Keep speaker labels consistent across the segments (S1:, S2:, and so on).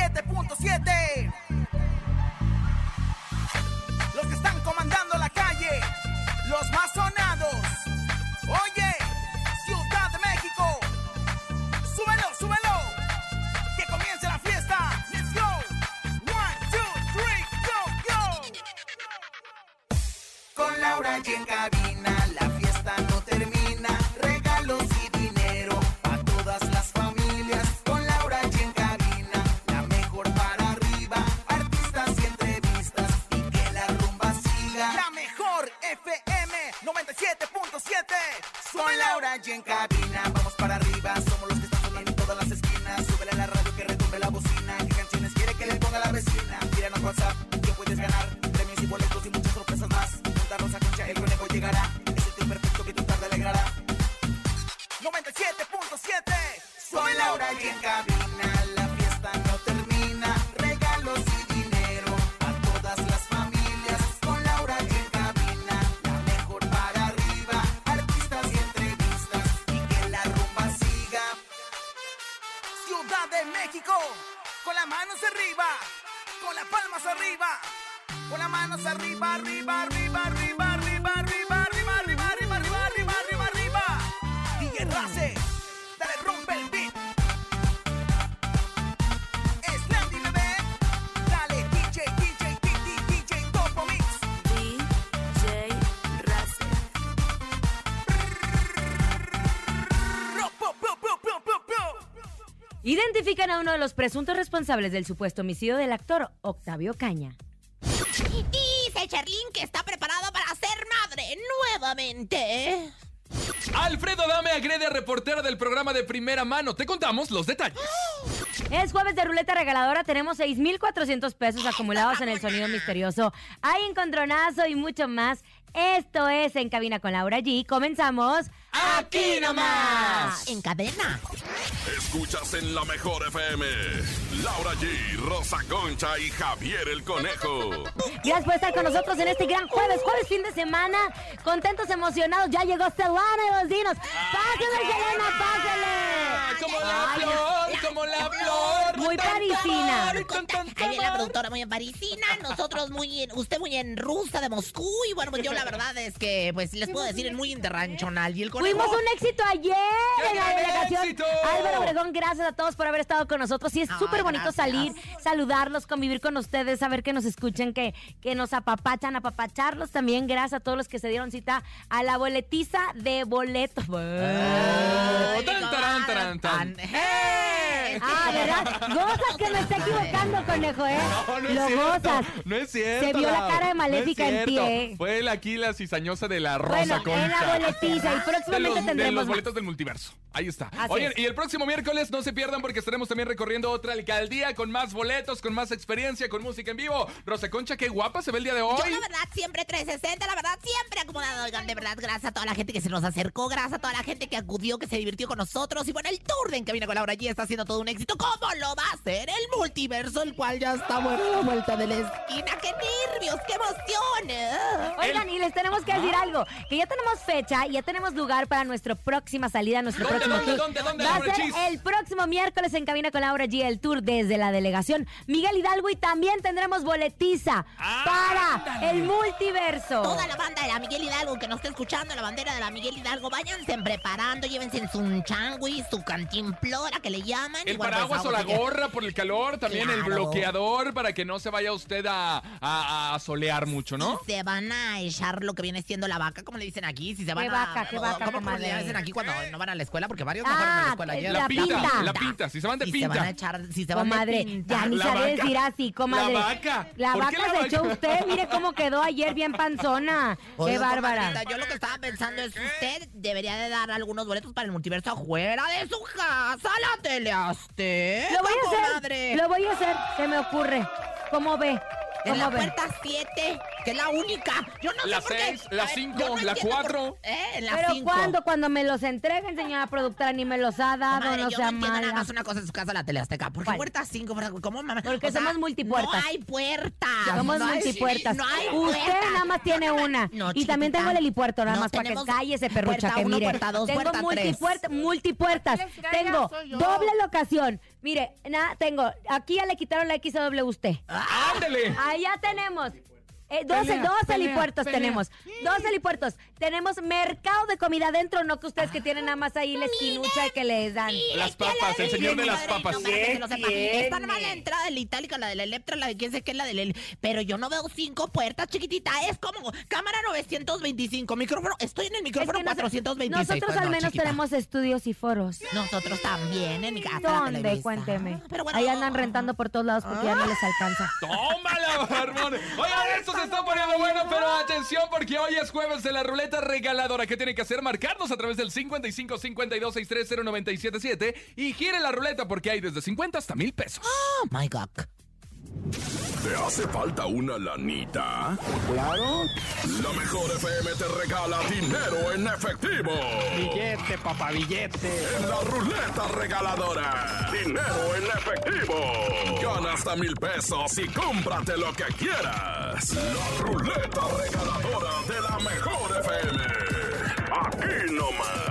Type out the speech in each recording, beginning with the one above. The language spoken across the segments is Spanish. S1: 97.7. Los que están comandando la calle, los más sonados. Oye, Ciudad de México, súbelo, súbelo. Que comience la fiesta. Let's go. One, two, three, go, go. Con Laura y en cabina, la fiesta no termina. Regalos y dinero a todas las familias. Con Laura y en cabina, la mejor para arriba. Artistas y entrevistas y que la rumba siga. La mejor FM 97.7. Soy Laura y en cabina, vamos para arriba. Somos los que están sonando en todas las esquinas. Súbele a la radio que retumbe la bocina. ¿Qué canciones quiere que le ponga la vecina? Tíranos WhatsApp, que puedes ganar. Premios y boletos y muchas sorpresas más. Juntarnos a concha, el conejo llegará. Es el tío perfecto que tu tarde alegrará. 97.7 Soy Laura y en cabina La fiesta no termina Regalos y dinero A todas las familias Con Laura y en cabina La mejor para arriba Artistas y entrevistas Y que la rumba siga Ciudad de México Con las manos arriba Con las palmas arriba Con las manos arriba, arriba, arriba, arriba, arriba, arriba, arriba, arriba, arriba, arriba, arriba, arriba, arriba. DJ Race, dale rompe el beat. Slandy bebé, dale DJ, DJ, DJ, DJ, Topo Mix.
S2: DJ Racer.
S1: Ro, pu, pu, pu, pu, pu, pu.
S3: Identifican a uno de los presuntos responsables del supuesto homicidio del actor Octavio Caña.
S4: Dice Cherlin que está preparado para ser madre nuevamente.
S5: Alfredo Dame agrede a reportera del programa de primera mano. Te contamos los detalles.
S3: Es jueves de ruleta regaladora, tenemos 6.400 pesos acumulados en el sonido misterioso. Hay encontronazo y mucho más. Esto es En Cabina con Laura G. Comenzamos.
S5: ¡Aquí nomás!
S4: En cadena.
S6: Escuchas en la mejor FM. Laura G, Rosa Concha y Javier el Conejo.
S3: Gracias por estar con nosotros en este gran jueves, jueves fin de semana. Contentos, emocionados, ya llegó Celana y los Dinos. ¡Pásenle, Selena,
S5: Ah,
S3: pásenle!
S5: Como la flor, como la flor.
S3: Muy
S5: Tan, tan,
S3: parisina.
S5: tan, tan,
S4: Ahí viene la
S5: tan.
S4: productora muy en parisina, nosotros muy en, usted muy en rusa de Moscú. Y bueno, pues yo la verdad es que, pues les puedo decir, es muy interranchonal. Y el conejo.
S3: Fuimos un éxito ayer
S5: ¡Qué
S3: en la
S5: gran
S3: delegación.
S5: éxito!
S3: Álvaro Obregón, gracias a todos por haber estado con nosotros. Y es
S4: Ay,
S3: súper bonito
S4: gracias.
S3: salir, saludarlos, convivir con ustedes, saber que nos escuchan, que, que nos apapachan, apapacharlos también. Gracias a todos los que se dieron cita a la boletiza de boleto.
S5: Oh,
S4: Ay,
S5: tan, taran, taran, tan.
S4: tan.
S5: ¡Eh!
S3: Ah, ¿verdad? Gozas que me está equivocando, conejo, ¿eh?
S5: No, no es
S3: Lo
S5: cierto.
S3: gozas.
S5: No es cierto.
S3: Se vio la
S5: Lau.
S3: cara de maléfica
S5: No es
S3: en ti,
S5: cierto.
S3: ¿eh?
S5: Fue la- aquí la cizañosa de la
S3: Bueno,
S5: rosa
S3: en la
S5: concha.
S3: boletiza y
S5: De los,
S3: próximamente
S5: de
S3: tendremos
S5: los
S3: más.
S5: boletos del multiverso. Ahí está.
S3: Así
S5: Oye,
S3: es.
S5: y el próximo miércoles no se pierdan porque estaremos también recorriendo otra alcaldía con más boletos, con más experiencia, con música en vivo. Rosa Concha, qué guapa se ve el día de hoy.
S4: Yo la verdad siempre 360, la verdad siempre acomodado. Oigan, de verdad, gracias a toda la gente que se nos acercó, gracias a toda la gente que acudió, que se divirtió con nosotros. Y bueno, el tour de En Cabina con Laura G está haciendo todo un éxito. ¿Cómo lo va a hacer el multiverso, el cual ya está bueno a la vuelta de la esquina? ¡Qué nervios, qué emoción! ah!
S3: Oigan, y les tenemos que
S5: Ah.
S3: decir algo, que ya tenemos fecha y ya tenemos lugar para nuestra próxima salida, nuestro
S5: ¿Dónde,
S3: próximo
S5: dónde,
S3: tour.
S5: dónde, dónde,
S3: Va a
S5: Laura
S3: ser
S5: Chis?
S3: el próximo miércoles en Cabina con Laura G, el tour desde la delegación Miguel Hidalgo y también tendremos boletiza
S5: Ah,
S3: para el multiverso.
S4: Toda la banda de la Miguel Hidalgo que nos está escuchando, la bandera de la Miguel Hidalgo, váyanse preparando, llévense su changui, su cantimplora que le llaman. y
S5: El
S4: bueno, pues,
S5: paraguas o
S4: vamos
S5: la
S4: a que-
S5: gorra por el calor, también el
S4: Claro.
S5: bloqueador para que no se vaya usted a, a- a solear mucho, ¿no?
S4: Se van a echar lo que viene siendo la vaca, como le dicen aquí. Si se van
S3: ¿Qué
S4: a-
S3: vaca? ¿Qué vaca,
S4: ¿Cómo, cómo le
S3: comadre?
S4: dicen aquí cuando no van a la escuela? Porque varios no fueron a la
S3: Ah,
S4: escuela ayer.
S3: la pinta.
S5: la pinta, si se van de
S4: Si
S5: pinta.
S4: se van a echar, si se van de
S3: Comadre,
S4: pinta.
S3: ya ni
S5: La
S3: sabe
S5: vaca.
S3: decir así, comadre.
S5: La vaca.
S3: La
S5: ¿Por qué
S3: vaca
S5: la
S3: se
S5: vaca?
S3: echó usted, mire cómo quedó ayer bien panzona.
S4: Oiga,
S3: Qué bárbara.
S4: comadrita, Yo lo que estaba pensando es usted debería de dar algunos boletos para el multiverso afuera de su casa. La tele azteca,
S3: Lo voy a hacer.
S4: comadre.
S3: Lo voy a hacer, se me ocurre. ¿Cómo ve?
S4: En la
S3: ¿Cómo ve?
S4: puerta 7. que es la única. Yo no sé
S5: La
S4: por qué.
S5: seis,
S4: A
S5: la
S4: ver,
S5: cinco,
S4: yo no
S5: la
S4: entiendo por-
S5: cuatro.
S4: Eh, la
S3: Pero
S4: cinco.
S3: ¿cuándo? Cuando me los entreguen, señora productora, ni me los ha dado,
S4: Comadre,
S3: no Ah,
S4: yo
S3: sea
S4: no entiendo nada
S3: mala.
S4: más una cosa en su casa, la tele Azteca. ¿Por qué
S3: ¿Cuál?
S4: puerta 5? ¿Cómo, mamá?
S3: Porque somos multipuertas.
S4: No hay puertas.
S3: Somos
S4: no hay-
S3: multipuertas.
S4: No hay
S3: Usted
S4: puertas.
S3: nada más tiene una.
S4: No,
S3: y también
S4: chiquita.
S3: tengo el helipuerto, nada
S4: No,
S3: más, para que
S4: tenemos
S3: calle ese perrucha
S4: puerta
S3: que
S4: uno,
S3: mire.
S4: puerta dos,
S3: tengo
S4: puerta tres.
S3: multipuerta- multipuertas.
S7: Les
S3: Tengo
S7: soy yo.
S3: doble locación. Mire, nada, tengo. Aquí ya le quitaron la X a doble usted.
S5: ¡Ándele!
S3: Allá tenemos. eh, 12,
S7: Pelea,
S3: 12
S7: pelea,
S3: helipuertos
S7: pelea.
S3: tenemos. 12 helipuertos. Tenemos mercado de comida adentro, no que ustedes que tienen nada más ahí la esquinucha que les dan.
S5: Las papas, el señor de las papas.
S4: No, para que se lo sepa. Está nomás la entrada del Itálica, la de la Electra, la de quién sé qué, la del... el- Pero yo no veo cinco puertas, chiquitita. Es como cámara 925, micrófono... Estoy en el
S3: Es
S4: micrófono
S3: que nos-
S4: 426.
S3: Nosotros
S4: Pues
S3: al
S4: no,
S3: menos
S4: chiquita.
S3: tenemos estudios y foros.
S4: Nosotros también en mi casa. la
S3: ¿Dónde?
S4: Televisa.
S3: Cuénteme.
S4: Ah, Pero bueno,
S3: Ahí andan rentando por todos lados porque ya no les alcanza.
S5: ¡Tómala, barbón! Oigan, esto se está poniendo bueno, pero atención porque hoy es jueves de la ruleta regaladora. ¿Qué tienen que hacer? Marcarnos a través del 55 52 630 977 y gire la ruleta porque hay desde 50 hasta mil pesos.
S4: Oh, my God.
S6: ¿Te hace falta una lanita? Claro. La mejor FM te regala dinero en efectivo.
S8: Billete, papá, billete.
S6: En la ruleta regaladora. Dinero en efectivo. Gana hasta mil pesos y cómprate lo que quieras. La ruleta regaladora de la mejor FM. Aquí nomás.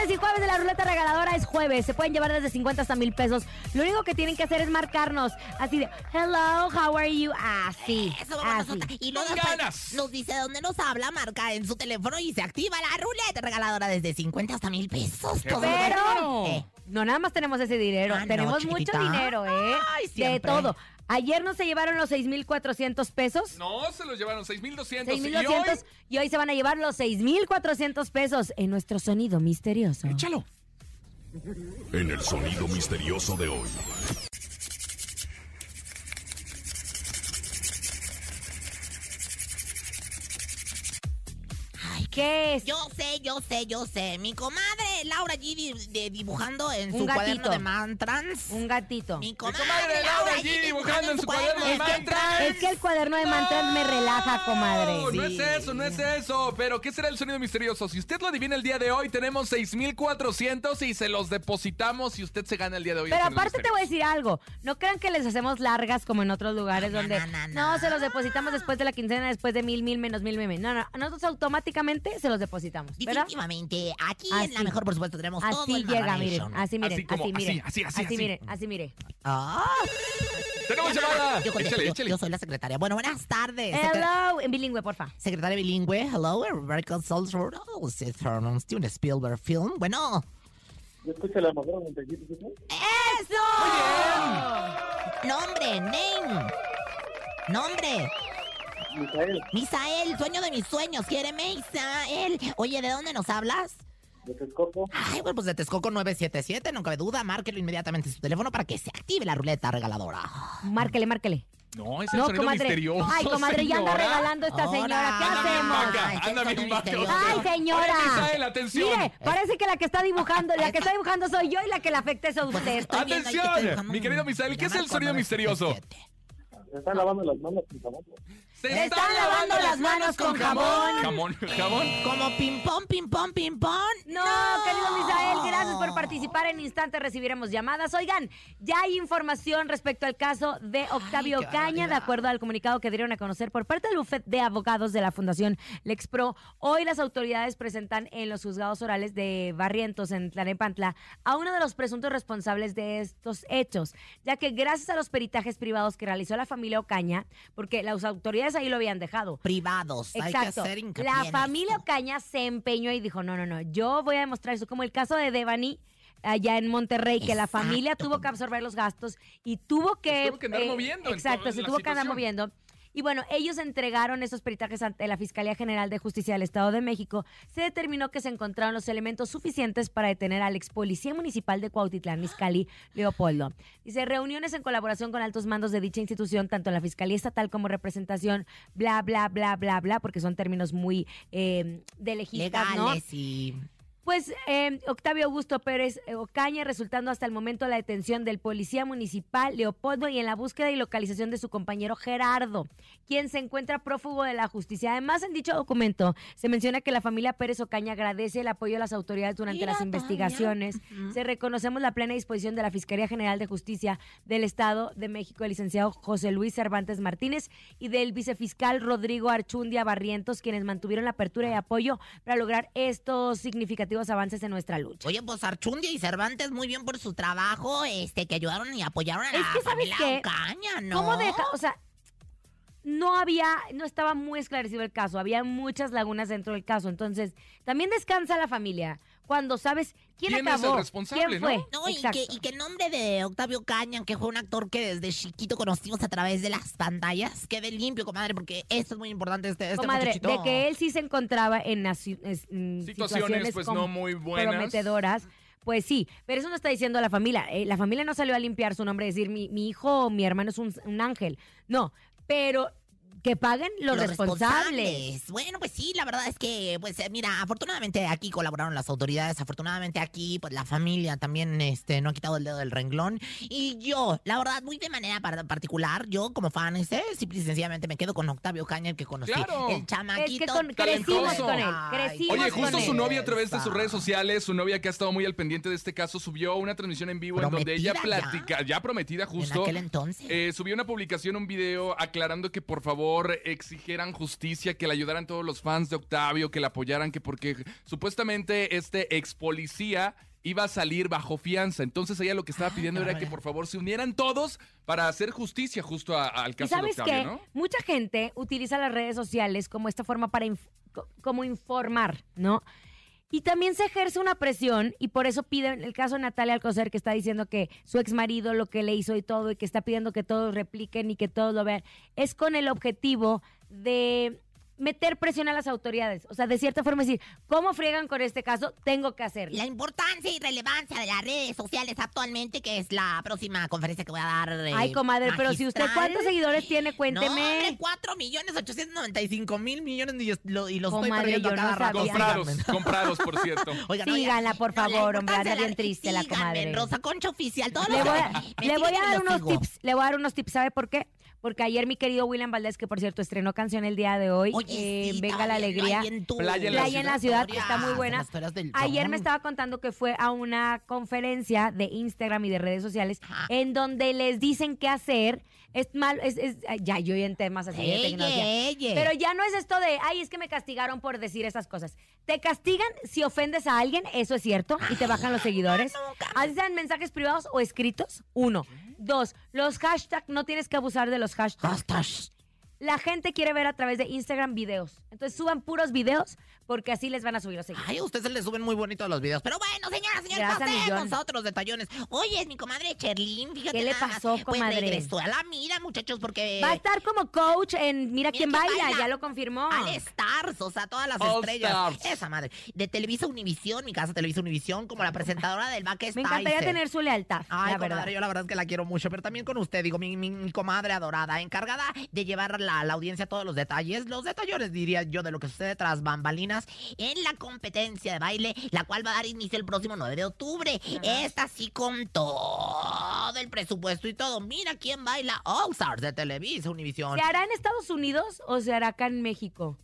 S3: Este y jueves de la ruleta regaladora es jueves. Se pueden llevar desde 50 hasta mil pesos. Lo único que tienen que hacer es marcarnos. Así de, hello, how are you? Así.
S4: Eso vamos
S3: así.
S4: nosotros. Y
S5: Con
S4: luego después
S5: ganas.
S4: nos dice dónde nos habla, marca en su teléfono y se activa la ruleta regaladora desde 50 hasta mil pesos. Todo
S3: Pero
S4: Eh,
S3: no nada más tenemos ese dinero,
S4: Ah, no,
S3: tenemos mucho
S4: chiquita.
S3: dinero, ¿eh?
S4: Ay,
S3: de
S4: siempre.
S3: todo. Ayer no se llevaron los 6.400 pesos.
S5: No, se los llevaron 6,200. Y hoy,
S3: 6.200 y hoy se van a llevar los 6.400 pesos en nuestro sonido misterioso.
S5: échalo.
S6: En el sonido misterioso de hoy.
S3: ¿Qué es?
S4: Yo sé, yo sé, yo sé. Mi comadre Laura G di- de- dibujando en
S3: Un
S4: su cuaderno
S3: gatito.
S4: de mantras.
S3: Un gatito.
S4: Mi
S5: Mi
S4: comadre,
S5: comadre Laura allí dibujando en su cuaderno de mantras.
S3: Es que el cuaderno de mantras me relaja,
S5: No,
S3: comadre.
S5: no es eso, no es eso. Pero, ¿qué será el sonido misterioso? Si usted lo adivina el día de hoy, tenemos 6,400 y se los depositamos y usted se gana el día de hoy. el
S3: Pero
S5: sonido
S3: aparte te voy a
S5: misterioso.
S3: decir algo. No crean que les hacemos largas como en otros lugares
S4: No, no,
S3: donde.
S4: no, no, no.
S3: No, se los depositamos después de la quincena, después de mil, mil, menos mil, mil. mil. No, no. Nosotros automáticamente se los depositamos. ¿Verdad?
S4: Definitivamente, aquí en la
S3: Así.
S4: mejor, por supuesto, tenemos todo
S3: Así
S4: el
S3: llega, miren.
S4: Maranation.
S3: Así miren.
S5: Así
S3: Así,
S5: como,
S3: miren.
S5: así, así, así, así.
S3: miren. Así miren.
S4: Ah,
S5: ¡Tenemos
S4: yo-
S5: llamada!
S4: Yo, contesto,
S5: Échale,
S4: yo-
S5: échale.
S4: yo soy la secretaria. Bueno, buenas tardes. secre-
S3: Hello. En bilingüe, porfa.
S4: secretaria bilingüe, hello, Oh, American Souls Steven Spielberg Film. Bueno. Oh. ¡Eso! Nombre, name. Nombre.
S9: Misael,
S4: Misael, sueño de mis sueños, quiere Misael. Oye, ¿de dónde nos hablas?
S9: de Texcoco.
S4: Ay, bueno, pues de Texcoco 977, no cabe duda, márquelo inmediatamente en su teléfono para que se active la ruleta regaladora.
S3: Márquele, márquele.
S5: No, es el
S3: No,
S5: sonido
S3: comadre.
S5: misterioso.
S3: Ay, comadre, ya anda
S5: señora.
S3: regalando esta señora. ¿Qué
S4: Ahora,
S3: hacemos?
S5: vaca,
S4: Ay, qué
S5: anda bien
S4: sonido
S5: vaca.
S4: misterioso.
S3: ¡Ay, señora!
S5: Oye, Misael, atención.
S3: Mire, parece que la que está dibujando, la que está dibujando soy yo y la que la afecta es a
S4: Pues es que
S3: usted.
S4: estoy viendo ahí que
S5: Atención,
S4: estoy buscando
S5: mi
S4: un-
S5: querido Misael, ¿qué es
S4: llamar
S5: el sonido
S4: con
S5: misterioso?
S4: 977.
S9: Se están lavando las manos sin jabón.
S5: Se
S3: están lavando las manos con
S5: Jamón, jamón.
S4: Como ping pong, ping pong, ping pong.
S3: No, querido Misael, gracias por participar. En instante recibiremos llamadas. Oigan, ya hay información respecto al caso de Octavio
S4: qué
S3: Caña, de
S4: barbaridad.
S3: acuerdo al comunicado que dieron a conocer por parte del bufet de abogados de la Fundación Lexpro. Hoy las autoridades presentan en los juzgados orales de Barrientos, en Tlanepantla, a uno de los presuntos responsables de estos hechos, ya que gracias a los peritajes privados que realizó la familia Ocaña, porque las autoridades ahí lo habían dejado,
S4: Privados. Hay que
S3: Exacto.
S4: hacer hincapié
S3: La
S4: en
S3: familia
S4: esto.
S3: Ocaña se empeñó y dijo, no, no, no, yo voy a demostrar eso, como el caso de Devani allá en Monterrey, que la
S4: Exacto.
S3: familia tuvo que absorber los gastos y tuvo que... eh,
S5: Se tuvo que andar moviendo en
S3: Exacto,
S5: todo-
S3: se
S5: la
S3: tuvo que andar
S5: situación.
S3: moviendo. Y bueno, ellos entregaron esos peritajes ante la Fiscalía General de Justicia del Estado de México. Se determinó que se encontraron los elementos suficientes para detener al ex policía municipal de Cuautitlán, Miscali Leopoldo. Dice, reuniones en colaboración con altos mandos de dicha institución, tanto en la Fiscalía Estatal como representación, bla, bla, bla, bla, bla, porque son términos muy eh, de legistas, ¿no?
S4: Legales y.
S3: Pues eh, Octavio Augusto Pérez Ocaña, resultando hasta el momento la detención del policía municipal Leopoldo y en la búsqueda y localización de su compañero Gerardo, quien se encuentra prófugo de la justicia. Además, en dicho documento se menciona que la familia Pérez Ocaña agradece el apoyo de las autoridades durante
S2: Mira,
S3: las
S5: Ah,
S2: todavía.
S3: investigaciones. Se reconocemos la plena disposición de la Fiscalía General de Justicia del Estado de México, el licenciado José Luis Cervantes Martínez y del vicefiscal Rodrigo Archundia Barrientos, quienes mantuvieron la apertura y
S5: Ah.
S3: apoyo para lograr estos significativos avances en nuestra lucha.
S4: Oye, pues Archundia y Cervantes, muy bien por su trabajo, este, que ayudaron y apoyaron a la
S3: Es que, ¿sabes
S4: familia
S3: qué?
S4: Ocaña, ¿no?
S3: ¿Cómo deja? O sea, no había, no estaba muy esclarecido el caso, había muchas lagunas dentro del caso. Entonces, también descansa la familia cuando sabes quién,
S5: ¿Quién es el
S3: acabó,
S5: responsable,
S3: quién
S5: no?
S3: fue.
S4: No, y
S3: Exacto.
S4: que, y que en nombre de Octavio Caña, que fue un actor que desde chiquito conocimos a través de las pantallas, quede limpio, comadre, porque esto es muy importante, este, este
S3: Comadre,
S4: muchachito.
S3: de que él sí se encontraba en, naci- es- en
S5: Situaciones,
S3: situaciones
S5: pues,
S3: com-
S5: no muy buenas.
S3: prometedoras. Pues sí, pero eso no está diciendo la familia. Eh, la familia no salió a limpiar su nombre, decir mi, mi hijo o mi hermano es un, un ángel. No, pero que paguen los, responsables.
S4: Bueno, pues sí, la verdad es que, pues eh, mira, afortunadamente aquí colaboraron las autoridades, afortunadamente aquí, pues la familia también este, no ha quitado el dedo del renglón. Y yo, la verdad, muy de manera par- particular, yo como fan, este, simple y sencillamente me quedo con Octavio Caña, el que conocí.
S5: Claro.
S4: El chamaquito.
S3: Es que con-
S5: crecimos
S4: talentoso.
S5: con
S3: él,
S4: Ay,
S3: crecimos
S5: Oye,
S3: Vivas
S5: justo
S3: con
S5: su
S3: él.
S5: novia a través de sus redes sociales, su novia que ha estado muy al pendiente de este caso, subió una transmisión en vivo en donde ella
S4: Prometida ya.
S5: platica, ya prometida
S4: En
S5: justo,
S4: aquel entonces.
S5: eh, subió una publicación, un video aclarando que por favor exigieran justicia, que le ayudaran todos los fans de Octavio, que la apoyaran, que porque supostamente este ex policía iba a salir bajo fianza. Entonces ella lo que estaba pidiendo era que
S4: bárbara.
S5: por favor se unieran todos para hacer justicia justo a- al
S3: Y
S5: caso de
S3: sabes
S5: Octavio,
S3: que
S5: ¿no?
S3: mucha gente utiliza las redes sociales como esta forma para inf- co- como informar, ¿no? Y también se ejerce una presión y por eso piden el caso de Natalia Alcocer que está diciendo que su ex marido lo que le hizo y todo y que está pidiendo que todos repliquen y que todos lo vean es con el objetivo de meter presión a las autoridades, o sea, de cierta forma decir, ¿cómo friegan con este caso? Tengo que hacerlo.
S4: La importancia y relevancia de las redes sociales actualmente, que es la próxima conferencia que voy a dar. eh,
S3: Ay, comadre, pero si usted
S4: magistral.
S3: cuántos seguidores tiene, cuénteme.
S4: No, hombre, 4 millones 895 mil millones y, es- lo- y los
S3: Comadre,
S4: estoy perdiendo
S3: yo
S4: a cada
S3: no
S4: rato.
S3: sabía.
S5: Comprados,
S4: Síganme.
S5: comprados, por cierto.
S4: Oigan, oigan,
S3: Síganla, por
S4: no, la
S3: favor, hombre,
S4: importancia
S3: anda
S4: de la-
S3: bien triste la
S4: síganme,
S3: comadre.
S4: Rosa Concha Oficial, todos
S3: Le
S4: los-
S3: voy, a,
S4: me
S3: le voy a
S4: tiran
S3: dar
S4: el
S3: unos
S4: hocico.
S3: tips, le voy a dar unos tips, ¿sabe por qué? Porque ayer mi querido William Valdés, que por cierto estrenó canción el día de hoy,
S4: Oye,
S3: eh,
S4: sí,
S3: Venga la
S4: también,
S3: Alegría.
S4: ahí en tu-
S5: Playa en la
S3: Playa en la ciudad, que está muy
S4: Historias,
S3: buena.
S4: las historias del
S3: Ayer
S4: Ramón.
S3: me estaba contando que fue a una conferencia de Instagram y de redes sociales
S4: Ajá.
S3: en donde les dicen qué hacer. Es mal, es, es- ay, ya yo ya en temas así de
S4: Ey,
S3: tecnología.
S4: ey, ey.
S3: Pero ya no es esto de, ay, es que me castigaron por decir esas cosas. Te castigan si ofendes a alguien, eso es cierto, y te bajan los seguidores. Así sean mensajes privados o escritos, uno. Dos, los hashtags, no tienes que abusar de los
S4: Ah,
S3: hashtags.
S4: Hashtag.
S3: La gente quiere ver a través de Instagram videos. Entonces suban puros videos porque así les van a subir los seguidores.
S4: Ay, a ustedes se les suben muy bonitos los videos. Pero bueno, señoras, señores,
S3: Gracias,
S4: pasemos
S3: millón.
S4: a otros detallones. Oye, es mi comadre Cherlin, fíjate
S3: ¿Qué le
S4: nada más.
S3: pasó, comadre?
S4: Pues regresó a la mira, muchachos, porque...
S3: Va a estar como coach en eh. Mira, quién
S4: quién
S3: baila,
S4: baila.
S3: ya lo confirmó.
S4: Al Stars, o sea, todas las
S5: All
S4: estrellas.
S5: Stars.
S4: Esa madre. De Televisa Univisión, mi casa Televisa Univisión, como la presentadora del Back
S3: Me encantaría tener su lealtad,
S4: Ay,
S3: la
S4: comadre,
S3: verdad.
S4: yo la verdad es que la quiero mucho, pero también con usted, digo, mi, mi- mi comadre adorada, encargada de llevar la, la audiencia todos los detalles, los detalles, diría yo, de lo que sucede tras bambalinas en la competencia de baile, la cual va a dar inicio el próximo 9 de octubre. Esta sí con todo el presupuesto y todo. Mira quién baila All Stars de Televisa Univisión.
S3: ¿Se hará en Estados Unidos o se hará acá en México?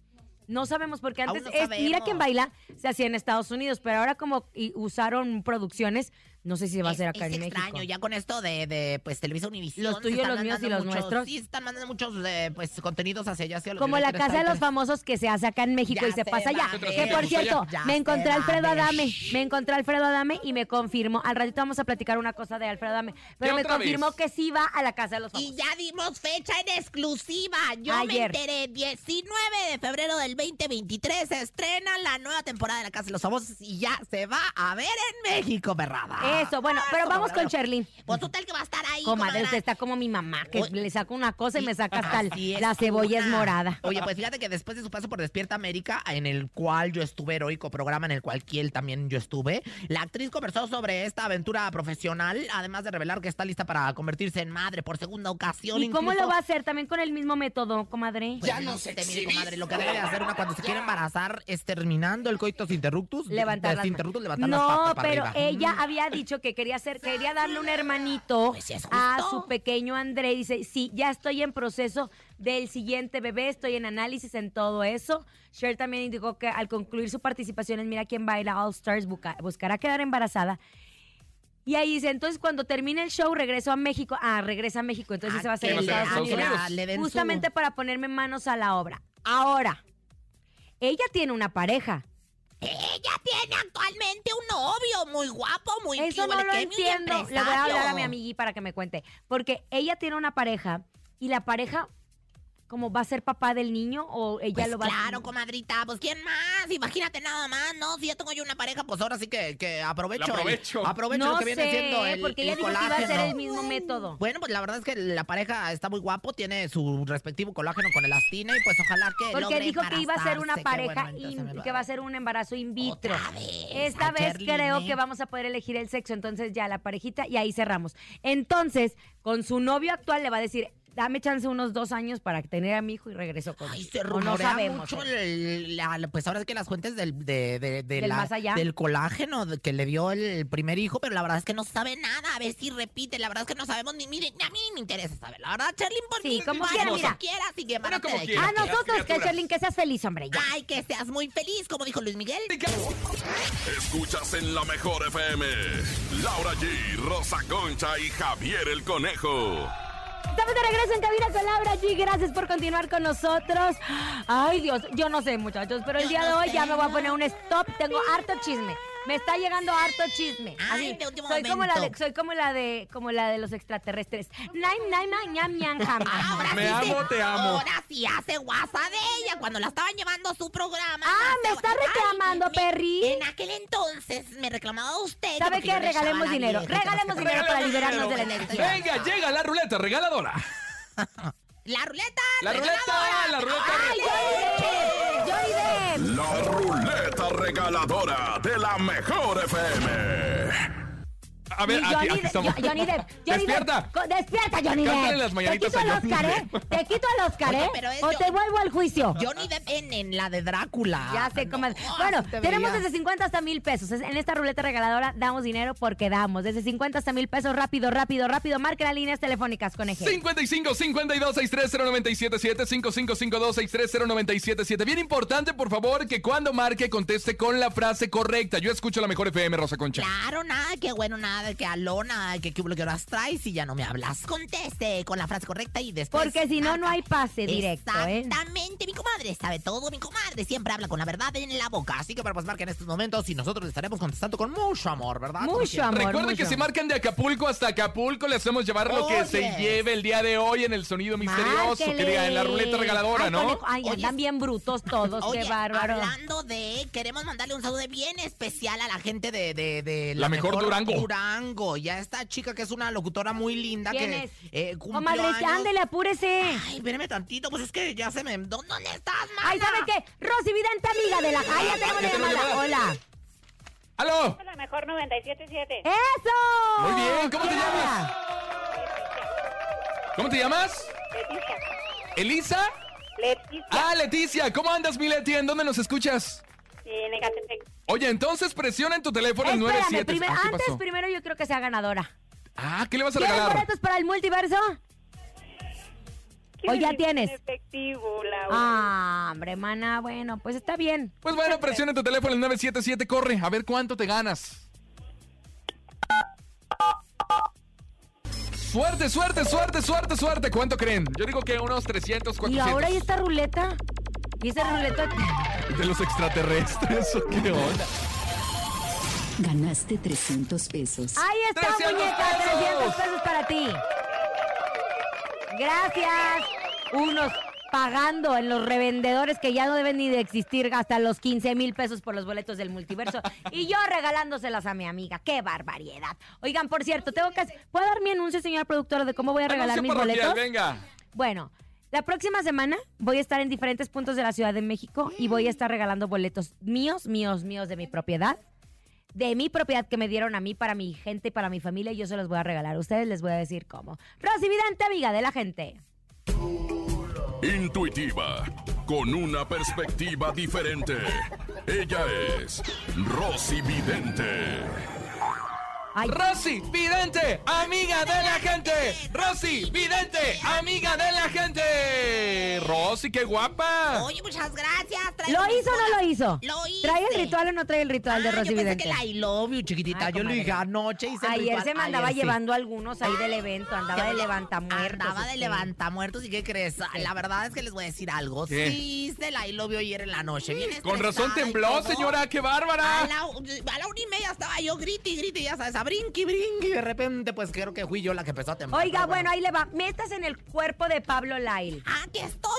S3: No sabemos, porque
S4: Aún
S3: antes
S4: no
S3: es- Mira
S4: sabemos.
S3: quién baila se hacía en Estados Unidos, pero ahora como y usaron producciones, no sé si se va a
S4: Es-
S3: hacer acá
S4: es
S3: en
S4: extraño,
S3: México.
S4: ya con esto de, de, pues, Televisa Univisión.
S3: Los
S4: se
S3: tuyos,
S4: están
S3: los míos y
S4: mandando
S3: los
S4: muchos-
S3: nuestros.
S4: Sí, están mandando muchos, eh, pues, contenidos hacia allá. Hacia los
S3: Como la
S4: directores,
S3: casa de
S4: está
S3: los famosos que se hace acá en México
S4: Ya
S3: y se
S4: se
S3: pasa allá.
S4: va a
S3: Que
S5: ver.
S3: por cierto,
S4: Ya
S3: me
S4: se
S3: encontré a
S4: va a
S3: Alfredo
S4: ver.
S3: Adame, me encontré a Alfredo Adame y me confirmó. Al ratito vamos a platicar una cosa de Alfredo Adame, pero me
S5: otra vez?
S3: confirmó que sí va a la casa de los famosos.
S4: Y ya dimos fecha en exclusiva. Yo
S3: Ayer.
S4: me enteré. 19 de febrero del 2023 se estrena la nueva temporada de La Casa de los Famosos y ya se va a ver en México, perrada.
S3: Eso, bueno, pero vamos con Sherlyn.
S4: Pues total que va a estar ahí.
S3: Comadre,
S4: comadre.
S3: usted está como mi mamá, que
S4: Oye.
S3: le saca una cosa y me saca hasta
S4: Así es,
S3: la cebolla es
S4: una.
S3: morada.
S4: Oye, pues fíjate que después de su paso por Despierta América, en el cual yo estuve heroico, programa en el cual Kiel también yo estuve, la actriz conversó sobre esta aventura profesional, además de revelar que está lista para convertirse en madre por segunda ocasión.
S3: ¿Y cómo
S4: incluso.
S3: lo va a hacer? También con el mismo método, comadre.
S4: Pues, no sé, mire, comadre, lo que debe de hacer una cuando se quiere embarazar es terminando el coitus interruptus,
S3: Levantar las
S4: interruptus,
S3: manos.
S4: levantar las
S3: No,
S4: patas para
S3: pero
S4: arriba. Mm.
S3: ella había dicho que quería hacer, quería darle un hermanito
S4: Pues sí, es
S3: a
S4: justo.
S3: su pequeño André. Dice, sí, ya estoy en proceso del siguiente bebé, estoy en análisis en todo eso. Cher también indicó que al concluir su participación en Mira quién baila All Stars busca- buscará quedar embarazada. Y ahí dice, entonces cuando termine el show regreso a México. Ah, regresa a México, entonces
S4: Ah,
S3: se va a hacer
S4: que
S3: en
S5: va a ser en
S3: Estados
S5: Estados
S3: Unidos
S5: Unidos.
S4: Ah, le den su-
S3: justamente para ponerme manos a la obra. Ahora, ella tiene una pareja.
S4: Ella tiene actualmente un novio muy guapo, muy
S3: Eso no
S4: cute,
S3: lo
S4: que es mi
S3: entiendo. Le voy a hablar a mi
S4: empresario.
S3: amigui para que me cuente. Porque ella tiene una pareja y la pareja, como va a ser papá del niño o ella
S4: Pues
S3: lo va
S4: claro,
S3: a.
S4: comadrita, pues ¿quién más? Imagínate nada más, ¿no? Si ya tengo yo una pareja, pues ahora sí que, que aprovecho.
S5: La
S4: el-
S5: aprovecho.
S4: aprovecho
S3: No
S4: lo que viene siendo
S3: sé,
S4: el,
S3: porque ella
S4: el
S3: dijo que iba a ser
S4: colágeno.
S3: el mismo método.
S4: Bueno, pues la verdad es que la pareja está muy guapo, tiene su respectivo colágeno con elastina y pues ojalá que
S3: Porque
S4: logre
S3: dijo que iba a ser una
S4: embarazarse, qué
S3: pareja
S4: bueno,
S3: in-
S4: entonces me
S3: que va a ser un embarazo in vitro.
S4: Otra vez,
S3: Esta
S4: a
S3: vez
S4: Charlie,
S3: creo
S4: ¿eh?
S3: que vamos a poder elegir el sexo, entonces ya la parejita y ahí cerramos. Entonces, con su novio actual le va a decir, dame chance unos dos años para tener a mi hijo y regreso con
S4: Ay,
S3: él".
S4: se
S3: O no
S4: rumorea
S3: sabemos.
S4: mucho
S3: ¿eh?
S4: el- la- la- pues ahora es que las fuentes del, de- de- de
S3: Del
S4: la-
S3: más allá.
S4: del colágeno de- que le dio el primer hijo, pero la verdad es que no sabe nada. A ver si repite, la verdad es que no sabemos ni, miren, a mí me interesa saber. La verdad, Charlyn, por
S3: Sí,
S4: mí,
S3: como
S4: vaya,
S3: quiera,
S4: como
S3: mira. Ah,
S4: quiera, así que
S5: Bueno,
S4: embarate
S5: como
S4: de
S5: quiera.
S3: A
S5: Las
S3: nosotros, que
S5: criaturas.
S3: Sherlyn, que seas feliz, hombre,
S5: Ah.
S3: ya.
S4: Ay, que seas muy feliz, como dijo Luis Miguel.
S6: Escuchas en la mejor FM. Laura G, Rosa Concha y Javier el Conejo.
S3: Estamos de regreso en cabina con Laura G. Gracias por continuar con nosotros. Ay, Dios, yo no sé, muchachos, pero el
S4: Yo
S3: día de
S4: no
S3: hoy ya
S4: sé,
S3: me voy a
S4: no.
S3: poner un stop. Tengo harto chisme. Me está llegando harto chisme.
S4: Ay, de Ah, este último
S3: soy como la
S4: momento.
S3: de, soy como la de como la de los extraterrestres. Naim, naim, naim, ñam, ñam, jam.
S4: Ah, Ahora
S5: Me
S4: sí
S5: amo, te amo.
S4: Ahora sí hace guasa de ella cuando la estaban llevando a su programa.
S3: Ah, me
S4: hace-
S3: está
S4: Ay,
S3: reclamando,
S4: me-
S3: perri.
S4: En aquel entonces me reclamaba usted.
S3: ¿Sabe
S4: porque
S3: qué?
S4: yo le echaba
S3: Regalemos
S4: la
S3: dinero.
S4: vieja y que no
S3: Regalemos
S4: sé qué.
S3: dinero para
S5: Regalemos
S3: liberarnos de la
S5: dinero.
S3: energía.
S5: Venga, llega la ruleta regaladora.
S4: La ruleta.
S5: La ruleta, la ruleta.
S3: ¡Ay, Johnny Depp! ¡Johnny Depp!
S6: La ruleta regaladora de la mejor FM.
S5: A ver,
S3: Y
S5: aquí, aquí
S3: Depp-
S5: estamos.
S3: Yo- Johnny Depp, Johnny
S5: Despierta.
S3: Depp, co- despierta, Johnny Depp.
S5: Cántale las mañanitas
S3: te quito
S5: a
S3: el
S5: Johnny
S3: Oscar, ¿eh?
S5: Depp.
S3: Te quito el Oscar,
S4: Oye,
S3: ¿eh?
S4: pero es
S3: O
S4: yo-
S3: te vuelvo al juicio.
S4: Johnny Depp en, en la de Drácula.
S3: Ya sé, comadre.
S4: Ah, No,
S3: bueno,
S4: así te
S3: tenemos
S4: veía.
S3: desde 50 hasta mil pesos. Es- En esta ruleta regaladora damos dinero porque damos. Desde 50 hasta mil pesos, rápido, rápido, rápido. Marca las líneas telefónicas, coneje.
S5: 55 52 630 977 5552 630 977 Bien importante, por favor, que cuando marque conteste con la frase correcta. Yo escucho la mejor FM, Rosa Concha.
S4: Claro, nada, qué bueno, nada, que alona, que qué que horas traes y ya no me hablas. Conteste con la frase correcta y después.
S3: Porque si no, no hay pase directo, ¿eh?
S4: Exactamente, mi comadre sabe todo, mi comadre siempre habla con la verdad en la boca. Así que para pues marca en estos momentos y nosotros le estaremos contestando con mucho amor, ¿verdad? Como
S3: Mucho
S4: siempre.
S3: amor.
S5: Recuerden que
S3: mucho.
S5: si marcan de Acapulco hasta Acapulco, le hacemos llevar lo que
S4: Oye.
S5: se lleve el día de hoy en el sonido misterioso, que
S3: Márquele.
S5: diga, en la ruleta regaladora,
S3: Ay,
S5: ¿no?
S3: conejo, Ay,
S4: Oye,
S3: andan bien brutos todos,
S4: Oye,
S3: qué bárbaro.
S4: hablando de, queremos mandarle un saludo bien especial a la gente de, de, de
S5: La Mejor Durango.
S4: Durango. Ya esta chica que es una locutora muy linda
S3: ¿Quién
S4: que
S3: es?
S4: eh, cumplió
S3: Comadre,
S4: años.
S3: ándele, apúrese.
S4: Ay, espérame tantito, pues es que ya se me... ¿Dó- ¿Dónde estás, mana?
S3: Ay, ¿sabe qué? Rosy Vidente, amiga de la... Ay, ya tenemos
S5: Ya
S3: la
S5: tenemos
S3: llamada.
S5: llamada.
S3: Hola.
S5: ¡Aló!
S7: La mejor 97.7.
S3: ¡Eso!
S5: Muy bien, ¿cómo te
S3: ¿Quién habla?
S5: llamas? ¿Cómo te llamas?
S7: Leticia.
S5: ¿Elisa?
S7: Leticia.
S5: Ah, Leticia, ¿cómo andas, mi Leti? ¿En dónde nos escuchas?
S7: eh, En Ecatepec.
S5: Oye, entonces presiona en tu teléfono el
S3: Espérame,
S5: 97.
S3: primer-
S5: Ah, ¿qué
S3: antes
S5: pasó?
S3: primero yo creo que sea ganadora.
S5: Ah, ¿qué le vas a
S3: ¿Quieres
S5: regalar?
S3: boletos para el multiverso?
S7: Quiero
S3: ¿O ya
S7: decir,
S3: tienes?
S7: en efectivo, Laura.
S3: Ah, hombre, mana, bueno, pues está bien.
S5: Pues bueno, presiona tu teléfono el 977, corre, a ver cuánto te ganas. Suerte, suerte, suerte, suerte, suerte. ¿Cuánto creen? Yo digo que unos 300,
S3: Y
S5: 400.
S3: ahora y esta ruleta. Y esta ruleta.
S5: ¿De los extraterrestres o qué onda?
S10: Ganaste 300 pesos.
S3: Ahí está,
S5: 300
S3: muñeca, 300
S5: pesos.
S3: pesos para ti. Gracias. Unos pagando en los revendedores que ya no deben ni de existir, hasta los 15 mil pesos por los boletos del multiverso. y yo regalándoselas a mi amiga. ¡Qué barbaridad! Oigan, por cierto, tengo que. ¿Puedo dar mi anuncio, señora productora, de cómo voy a regalar
S5: Anuncio
S3: mis
S5: parroquial,
S3: boletos?
S5: Venga.
S3: Bueno, la próxima semana voy a estar en diferentes puntos de la Ciudad de México y voy a estar regalando boletos míos, míos, míos de mi propiedad. De mi propiedad que me dieron a mí, para mi gente y para mi familia, y yo se los voy a regalar. Ustedes les voy a decir cómo. Rosy Vidente, amiga de la gente.
S6: Intuitiva, con una perspectiva diferente. Ella es Rosy Vidente.
S3: Ay,
S5: Rosy Vidente, amiga de la gente. Rosy Vidente, amiga de la gente. Rosy, qué guapa.
S4: Oye, muchas gracias. traigo
S3: ¿Lo
S4: mis
S3: hizo o no
S4: bolas.
S3: lo hizo?
S4: Lo hice.
S3: ¿Trae el ritual o no trae el ritual de
S4: Ah,
S3: Rosy
S4: yo pensé
S3: Vidente?
S4: que la I love you, chiquitita.
S3: Ay,
S4: yo lo
S3: comadre.
S4: dije anoche hice el
S3: Ayer
S4: ritual.
S3: se me andaba
S4: Ayer sí.
S3: llevando algunos ahí del evento, andaba de levantamuertos.
S4: Andaba de
S3: este.
S4: levantamuertos y ¿qué crees? Ah, La verdad es que les voy a decir algo.
S5: ¿Qué?
S4: Sí, hice la I love you ayer en la noche. Bien
S5: Con razón
S4: estresada y
S5: tembló,
S4: todo.
S5: señora, qué
S4: A
S5: bárbara.
S4: la, a la una y media estaba yo griti, griti, ya sabes, a brinqui, brinqui. De repente, pues creo que fui yo la que empezó a temblar.
S3: Oiga,
S4: pero
S3: bueno, ahí le va. Metas en el cuerpo de Pablo Lyle.
S4: Aquí estoy.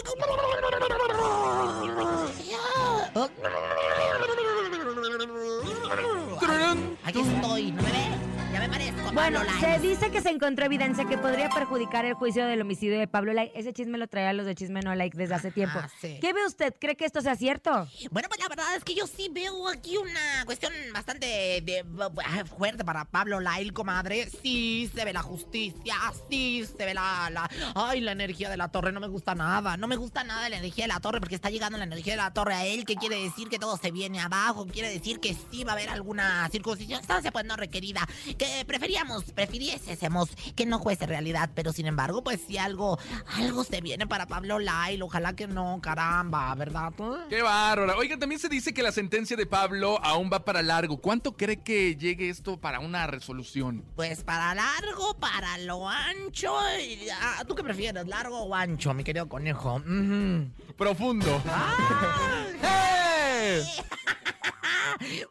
S4: Aquí estoy, ¿no me ve? Ya me parezco. a
S3: Bueno,
S4: Pablo
S3: se
S4: Lyle.
S3: dice que se encontró evidencia que podría perjudicar el juicio del homicidio de Pablo Like. Ese chisme lo traía los de Chisme No Like desde hace tiempo.
S4: sí.
S3: ¿Qué ve usted? ¿Cree que esto sea cierto?
S4: Bueno, pues la verdad es que yo sí veo aquí una cuestión bastante de- ah, fuerte para Pablo Lyle, comadre. Sí se ve la justicia, sí se ve la, la- Ay, la energía de la torre, no me gusta nada. No me gusta nada la energía de la torre porque está llegando la energía de la torre a él, que quiere decir que todo se viene abajo, quiere decir que sí va a haber alguna circuncisión, estancia pues no requerida, que preferíamos, prefiriésemos que no fuese realidad, pero sin embargo, pues sí algo, algo se viene para Pablo Lyle, ojalá que no, caramba, ¿verdad?
S5: Qué bárbara. Oiga, también se dice que la sentencia de Pablo aún va para largo. ¿Cuánto cree que llegue esto para una resolución?
S4: Pues para largo, para lo ancho. y- ah, ¿Tú qué prefieres, largo o ancho, mi querido conejo? Ujú.
S5: Profundo.
S4: ¡Ah!
S5: ¡Eh!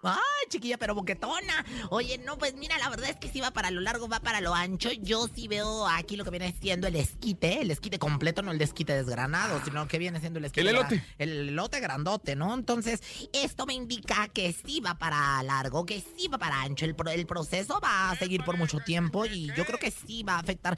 S4: Ay, chiquilla, pero boquetona. Oye, no, pues mira, la verdad es que si va para lo largo, va para lo ancho. Yo sí veo aquí lo que viene siendo el esquite, el esquite completo, no el desquite desgranado, sino que viene siendo el esquite.
S5: El elote.
S4: El elote grandote, ¿no? Entonces, esto me indica que sí va para largo, que sí va para ancho. El, pro- el proceso va a seguir por mucho tiempo y yo creo que sí va a afectar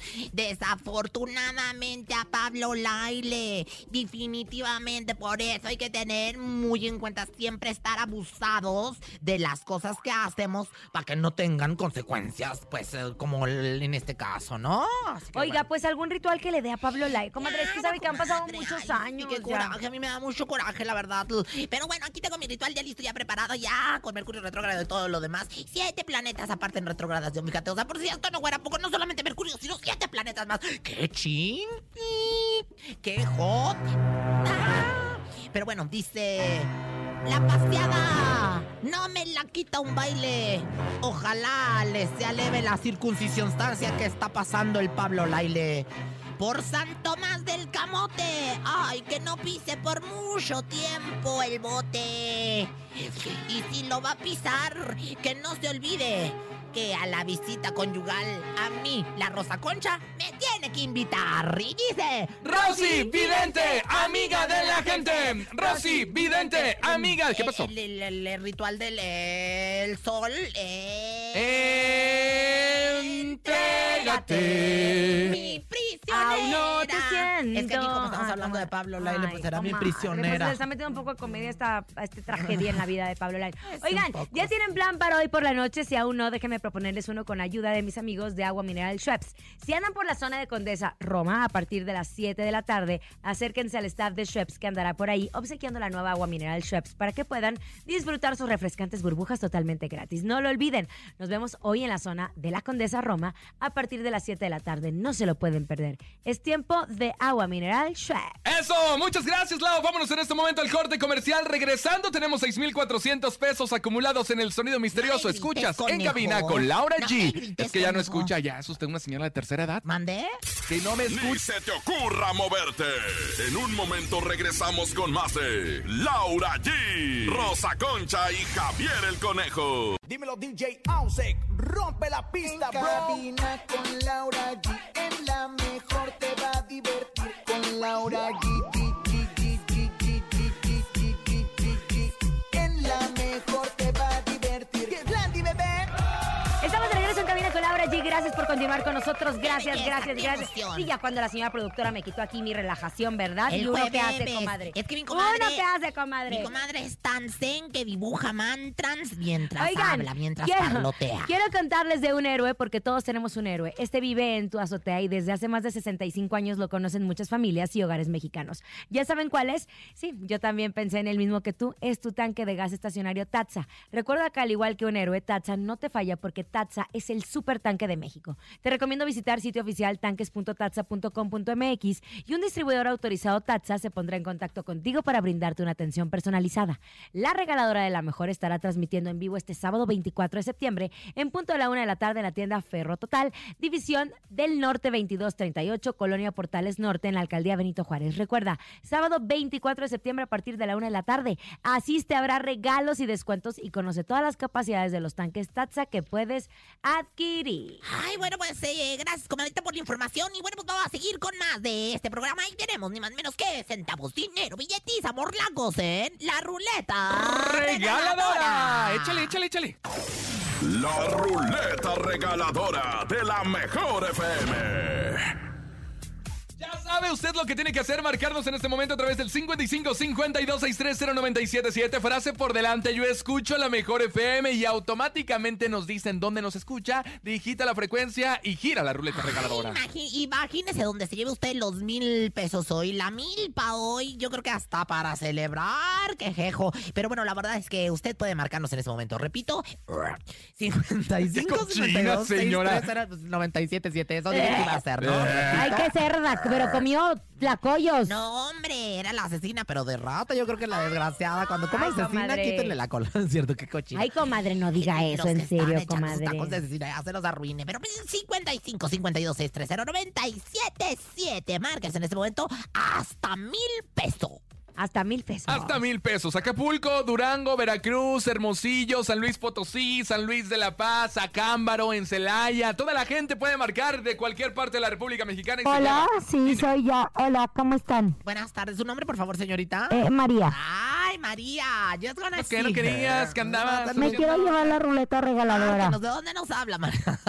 S4: desafortunadamente a Pablo Laile. Definitivamente, por eso hay que tener muy en cuenta siempre estar abusados de las cosas que hacemos para que no tengan consecuencias, pues eh, como el- en este caso, ¿no? Así que,
S3: Oiga,
S4: bueno.
S3: pues algún ritual que le dé a Pablo Lyle. Comadre, es que
S4: Claro,
S3: sabe que han pasado
S4: comadre.
S3: muchos
S4: Ay, sí,
S3: años.
S4: qué
S3: ya.
S4: coraje, a mí me da mucho coraje, la verdad. Pero bueno, aquí tengo mi ritual ya listo, ya preparado, ya con Mercurio retrógrado y todo lo demás. Siete planetas aparte en retrogradación, fíjate. O sea, por si esto no fuera poco, no solamente Mercurio, sino siete planetas más. ¡Qué ching! ¡Qué hot! ¡Ah! Pero bueno, dice... La paseada no me la quita un baile. Ojalá le sea leve la circuncisiónstancia que está pasando el Pablo Laile. Por San Tomás del Camote. Ay, que no pise por mucho tiempo el bote. Y si lo va a pisar, que no se olvide que a la visita conyugal a mí, la Rosa Concha, me tiene que invitar. Y dice...
S5: Rosy Vidente, amiga de la gente. Rosy Vidente, amiga. ¿Qué pasó?
S4: El, el- el- el ritual del el sol. eh,
S5: Entrégate.
S4: Mi prisionera.
S3: Aún no te siento.
S4: Es que aquí, como estamos
S3: Ay,
S4: hablando
S3: comadre.
S4: de Pablo Laile,
S3: Ah, Ay,
S4: pues será mi
S3: comadre, pues,
S4: prisionera.
S3: le está metiendo un poco de comedia a esta, a esta tragedia en la vida de Pablo Laile.
S4: Es un
S3: Oigan,
S4: poco.
S3: ¿ya tienen plan para hoy por la noche? Si aún no, déjenme proponerles uno con ayuda de mis amigos de Agua Mineral Schweppes. Si andan por la zona de Condesa, Roma, a partir de las 7 de la tarde, acérquense al staff de Schweppes que andará por ahí obsequiando la nueva Agua Mineral Schweppes para que puedan disfrutar sus refrescantes burbujas totalmente gratis. No lo olviden, nos vemos hoy en la zona de la Condesa Roma a partir de las 7 de la tarde. No se lo pueden perder. Es tiempo de Agua Mineral Schweppes.
S5: Eso, muchas gracias, Lau. Vámonos en este momento al corte comercial. Regresando, tenemos 6,400 pesos acumulados en el sonido
S4: No
S5: misterioso.
S4: me grites,
S5: Escuchas en
S4: conejo.
S5: cabina con Laura
S4: No me
S5: G.
S4: grites,
S5: Es que ya no
S4: conejo.
S5: escucha, ya es usted una señora de tercera edad.
S4: ¿Mandé?
S5: Que no me
S6: Ni
S5: escucha.
S6: se te ocurra moverte. En un momento regresamos con más de Laura G, Rosa Concha y Javier el Conejo.
S1: Dímelo DJ Ausek, rompe la pista, bro. Cabina con Laura G, en la mejor te va a divertir con Laura G, DJ
S3: Angie, gracias por continuar con nosotros. Gracias,
S4: belleza,
S3: gracias,
S4: qué
S3: gracias.
S4: emoción.
S3: Sí, ya cuando la señora productora me quitó aquí mi relajación, ¿verdad?
S4: El
S3: y uno que hace,
S4: jueves.
S3: comadre.
S4: Es que mi comadre-
S3: Uno que hace, comadre.
S4: Mi comadre es tan zen que dibuja mantras mientras
S3: Oigan,
S4: habla, mientras
S3: quiero,
S4: parlotea.
S3: quiero contarles de un héroe porque todos tenemos un héroe. Este vive en tu azotea y desde hace más de 65 años lo conocen muchas familias y hogares mexicanos. ¿Ya saben cuál es? Sí, yo también pensé en el mismo que tú. Es tu tanque de gas estacionario Tatsa. Recuerda que al igual que un héroe, Tatsa no te falla porque Tatsa es el super tanque de México. Te recomiendo visitar sitio oficial tanques.tatsa.com.mx y un distribuidor autorizado Tatsa se pondrá en contacto contigo para brindarte una atención personalizada. La regaladora de la mejor estará transmitiendo en vivo este sábado 24 de septiembre en punto de la una de la tarde en la tienda Ferro Total, División del Norte 2238, Colonia Portales Norte, en la alcaldía Benito Juárez. Recuerda, sábado 24 de septiembre a partir de la una de la tarde. Asiste, habrá regalos y descuentos y conoce todas las capacidades de los tanques Tatsa que puedes adquirir.
S4: Ay, bueno, pues eh, gracias, comadrita, por la información. Y bueno, pues vamos a seguir con más de este programa. Y tenemos ni más ni menos que centavos, dinero, billetes, amor lagos en la ruleta.
S5: ¡Regaladora! Échale, échale, échale.
S6: La ruleta regaladora de la mejor FM.
S5: Ya sabe usted lo que tiene que hacer, marcarnos en este momento a través del 55 52 630 977 Frase por delante, yo escucho la mejor FM y automáticamente nos dicen dónde nos escucha, digita la frecuencia y gira la ruleta
S3: Ah.
S5: regaladora.
S4: Imagi- imagínese donde se lleve usted los mil pesos hoy, la milpa hoy, yo creo que hasta para celebrar, quejejo. Pero bueno, la verdad es que usted puede marcarnos en ese momento, repito, 55,
S5: Qué cochina,
S4: 52,
S5: señora.
S4: 63, 97, 7, eso dime qué va a hacer, ¿no?
S3: Ay, qué cerda, pero comió tlacoyos.
S4: No, hombre, era la asesina, pero de rata, yo creo que la desgraciada. Cuando coma
S3: Ay,
S4: asesina,
S3: comadre.
S4: quítenle la cola, ¿no es cierto? Qué cochina.
S3: Ay, comadre, no diga
S4: Los
S3: eso,
S4: que
S3: en
S4: están
S3: serio,
S4: echando sus tacos de
S3: comadre.
S4: asesina, ya se los arruine. Pero pues, 55 52 630 977 marcas en este momento hasta mil pesos.
S3: Hasta mil pesos.
S5: Hasta mil pesos. Acapulco, Durango, Veracruz, Hermosillo, San Luis Potosí, San Luis de la Paz, Acámbaro, en Celaya. Toda la gente puede marcar de cualquier parte de la República Mexicana. y se
S10: Hola,
S5: lleva.
S10: sí, soy yo. Hola, ¿cómo están?
S4: Buenas tardes, su nombre, por favor, señorita.
S10: Eh, María.
S4: Ay, María, yo es gonna
S5: Es que
S4: see
S5: no
S4: her.
S5: querías, que andabas.
S4: No, no,
S10: Me
S4: no,
S10: quiero llevar la ruleta
S4: Ah, que
S10: regaladora.
S4: nos- ¿De dónde nos habla, María?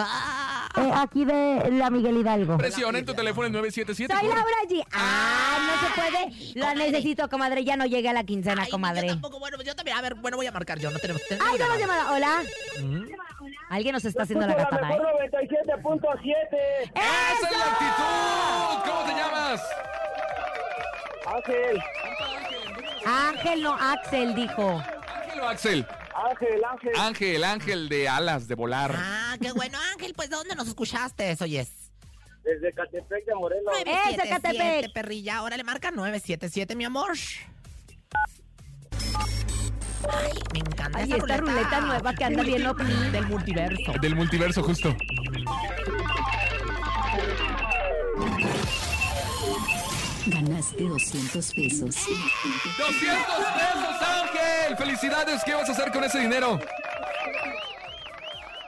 S10: Eh, aquí de la Miguel Hidalgo.
S5: Presiona en tu teléfono el 977.
S3: Soy
S5: por-
S3: Laura G. Ah, no se puede. La
S4: comadre.
S3: necesito, comadre. Ya no llegué a la quincena,
S4: Ay,
S3: comadre.
S4: Yo tampoco, bueno, yo también. A ver, bueno, voy a marcar yo. No tenemos. tenemos
S3: Ay, tenemos
S4: llamada.
S3: llamada. Hola.
S10: ¿Mm?
S3: Alguien nos está haciendo la
S9: Escucho
S3: gatada, ¿eh?
S9: mejor 97.7.
S5: ¡Esa es la actitud! ¿Cómo te llamas?
S9: Ángel,
S3: Ángel, no, Axel dijo.
S5: Ángel o Axel.
S9: Ángel, Ángel.
S5: Ángel, Ángel de alas de volar.
S4: Ah, qué bueno, Ángel, pues ¿de dónde nos escuchaste? Oyes.
S9: Desde Catepec de Morelos.
S3: ¡Ese
S4: 977,
S3: Catepec!
S4: perrilla. Ahora le marca 977, mi amor. Ay, me encanta
S3: Ay,
S4: esa
S3: esta ruleta nueva que anda bien loca.
S4: Del multiverso.
S5: Del multiverso, justo.
S10: Ganaste 200 pesos.
S5: ¡200 pesos, Ángel! ¡Felicidades! ¿Qué vas a hacer con ese dinero?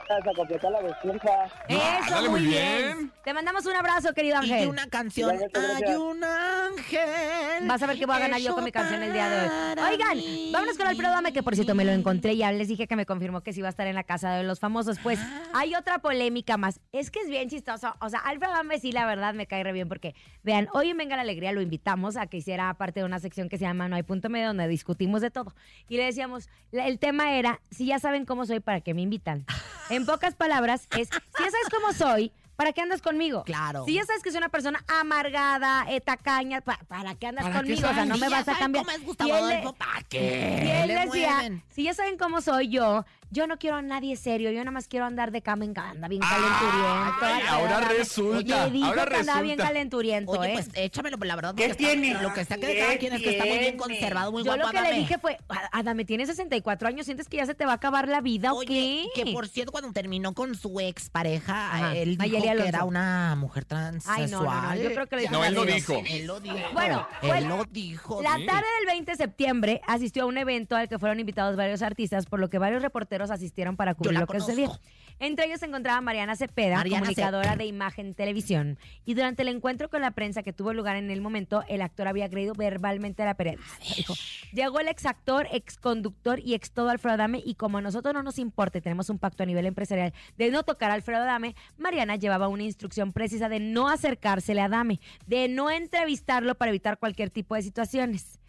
S9: Hasta completar la despensa.
S4: Ah,
S3: Eso,
S5: dale,
S3: muy
S5: muy
S3: bien.
S5: bien.
S3: Te mandamos un abrazo, querido
S4: Y de
S3: Ángel.
S4: una canción.
S9: Gracias, gracias.
S4: Hay un ángel.
S3: Vas a ver qué voy a ganar yo con mi canción el día de hoy. Oigan, vámonos con Alfredo Adame, que por cierto me lo encontré. Ya les dije que me confirmó que sí va a estar en la casa de los famosos. Pues hay otra polémica más. Es que es bien chistoso. O sea, Alfredo Adame sí, la verdad, me cae re bien porque, vean, hoy en Venga la Alegría lo invitamos a que hiciera parte de una sección que se llama No hay punto medio, donde discutimos de todo. Y le decíamos, la- el tema era, si ya saben cómo soy, ¿para qué me invitan? En pocas palabras, es, si ya sabes cómo soy, ¿para qué andas conmigo?
S4: Claro.
S3: Si ya sabes que soy una persona amargada, eh, tacaña, pa- ¿para qué andas
S5: ¿Para qué
S3: conmigo? O sea,
S5: sales?
S3: no me
S4: Ya
S3: vas a
S4: saben
S3: cambiar.
S4: ¿Cómo es
S3: Y
S4: Gustavo
S3: él le-
S4: Adolfo? ¿Para qué?
S3: y él
S4: le
S3: decía,
S4: mueven?
S3: si ya saben cómo soy yo, yo no quiero a nadie serio, yo nada más quiero andar de cama en cama, anda bien calenturiento.
S5: Ah, Ay,
S3: Alfredo
S5: ahora
S3: Adame.
S5: resulta.
S3: Le dijo
S5: Ahora
S3: que andaba bien
S5: resulta.
S3: calenturiento,
S4: Oye,
S3: ¿eh?
S4: pues échamelo, la verdad.
S1: ¿Qué
S4: lo que está-
S1: tiene?
S4: Lo que está que de cada
S1: ¿Qué
S4: quien es que está muy
S1: tiene?
S4: bien conservado, muy
S3: yo
S4: guapo.
S3: lo que le
S4: Adame.
S3: dije fue, "A- Adame, tienes 64 años, ¿sientes que ya se te va a acabar la vida
S4: Ah, Oye,
S3: o qué?
S4: que por cierto, cuando terminó con su expareja, eh,
S3: Ajá.
S4: él dijo
S3: Mayeli
S4: que
S3: Alonso.
S4: era una mujer transexual.
S3: Ay, no, no, no, yo creo que lo dijo
S5: No, él lo
S3: Dios.
S5: dijo.
S4: Él lo dijo.
S3: Bueno,
S4: él
S3: bueno,
S4: lo dijo.
S3: La
S5: Sí.
S3: tarde del 20 de septiembre asistió a un evento al que fueron invitados varios artistas, por lo que varios reporteros noticieros asistieron para cubrir
S4: la
S3: lo que sucedió. Entre ellos se encontraba Mariana Cepeda,
S4: Mariana
S3: comunicadora
S4: Cepeda.
S3: de Imagen Televisión. Y durante el encuentro con la prensa que tuvo lugar en el momento, el actor había agredido verbalmente a la periodista. Dijo, llegó el exactor, exconductor y ex todo Alfredo Adame y como a nosotros no nos importa y tenemos un pacto a nivel empresarial de no tocar a Alfredo Adame, Mariana llevaba una instrucción precisa de no acercársele a Adame, de no entrevistarlo para evitar cualquier tipo de situaciones.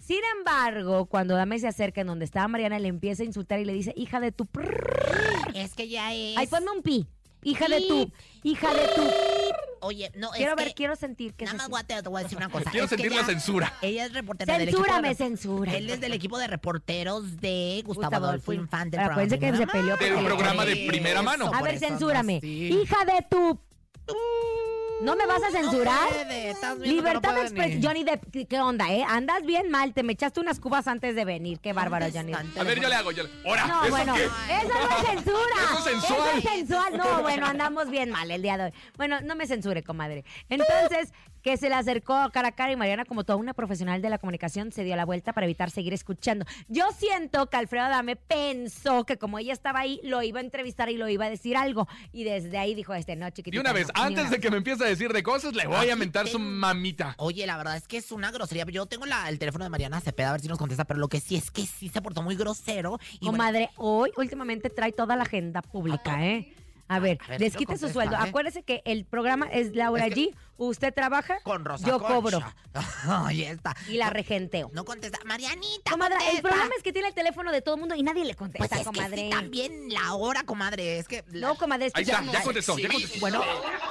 S3: Sin embargo, cuando Dame se acerca en donde estaba Mariana, le empieza a insultar y le dice, hija de tu... prrr".
S4: Es que ya es.
S3: Ay, pues ponme un pi. Hija de tu...
S4: Pi.
S3: Hija de tu...
S4: Oye, no,
S3: Quiero
S4: es
S3: ver,
S4: que-
S3: quiero sentir que...
S4: Nada más voy a- te voy a decir una cosa.
S5: Quiero
S4: es que
S5: sentir la
S4: ella-
S5: censura.
S4: Ella es reportera del equipo.
S3: Censúrame,
S4: de-
S3: censura.
S4: Él es del equipo de reporteros de Gustavo,
S3: Gustavo
S4: Adolfo
S3: Adolfo.
S4: Infante. del
S3: Acuérdense que
S4: programa Primera
S3: se peleó
S4: Mano.
S3: porque Del le
S5: programa de Primera
S4: Eso,
S5: Mano.
S3: A
S4: por
S3: ver,
S4: eso ando
S3: censúrame.
S4: así.
S3: Hija de tu... ¿No me vas a censurar?
S4: No puede, estás viendo que
S3: Libertad
S4: no
S3: de
S4: puede
S3: expresión.
S4: ni.
S3: Johnny Depp, ¿qué- ¿qué onda, eh? Andas bien mal, te me echaste unas cubas antes de venir. Qué bárbaro,
S4: ¿Dónde
S3: Johnny
S4: están?
S3: Depp.
S5: A ver, yo le hago. Yo le... ¡Hora!
S3: No,
S5: ¿Eso
S3: bueno,
S5: qué?
S3: eso no es censura.
S5: Eso es sensual.
S3: Eso es sensual. No, bueno, andamos bien mal el día de hoy. Bueno, no me censure, comadre. Entonces, que se le acercó cara a cara y Mariana, como toda una profesional de la comunicación, se dio la vuelta para evitar seguir escuchando. Yo siento que Alfredo Adame pensó que como ella estaba ahí, lo iba a entrevistar y lo iba a decir algo. Y desde ahí dijo este, no, chiquitito.
S5: Y una vez,
S3: no, ni
S5: antes
S3: una
S5: de
S3: vez".
S5: que me empiece a decir de cosas, le
S4: Ah,
S5: voy a mentar su mamita.
S4: Oye, la verdad es que es una grosería. Yo tengo la- el teléfono de Mariana Cepeda, a ver si nos contesta, pero lo que sí es que sí se portó muy grosero. Y bueno,
S3: Comadre, hoy últimamente trae toda la agenda pública, ¿eh? A ver,
S4: A ver,
S3: les
S4: yo
S3: quite su
S4: contesto,
S3: sueldo.
S4: ¿eh?
S3: Acuérdese que el programa es Laura
S4: Es que-
S3: G. Usted trabaja,
S4: con Rosa
S3: yo
S4: Concha.
S3: cobro
S4: Ahí está.
S3: y la regenteo.
S4: No contesta. Marianita,
S3: comadre, el
S4: contesta.
S3: problema es que tiene el teléfono de todo el mundo y nadie le
S4: Pues
S3: contesta,
S4: es
S3: comadre.
S4: que sí, también la hora, comadre. Es que... la-
S3: No, comadre, es que
S5: Ahí está,
S3: ya no.
S5: ya contestó, ya contestó.
S4: Bueno,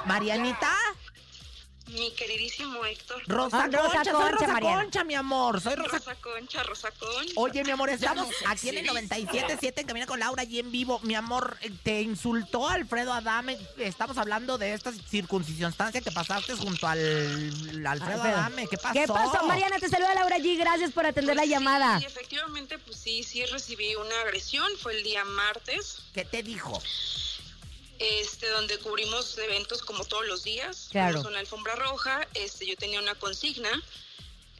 S4: Marianita...
S11: Mi queridísimo Héctor.
S4: Rosa
S3: Ah, Rosa
S4: Concha, soy
S3: Concha,
S4: Rosa
S3: Mariana.
S4: Concha, mi amor. Soy Rosa
S11: Rosa Concha, Rosa Concha.
S4: Oye, mi amor, estamos aquí en el 97.7 en Camina con Laura y en vivo. Mi amor, eh, te insultó Alfredo Adame. Estamos hablando de esta circunstancia que pasaste junto al al Alfredo
S3: Alfredo.
S4: Adame. ¿Qué pasó?
S3: ¿Qué pasó? Mariana, te saluda Laura G. Gracias por atender la
S11: Pues sí,
S3: llamada.
S11: Sí, efectivamente, pues sí, sí recibí una agresión. Fue el día martes,
S4: ¿Qué te dijo?
S11: este, donde cubrimos eventos como todos los días.
S3: Claro.
S11: Fuimos a una alfombra roja. Este, yo tenía una consigna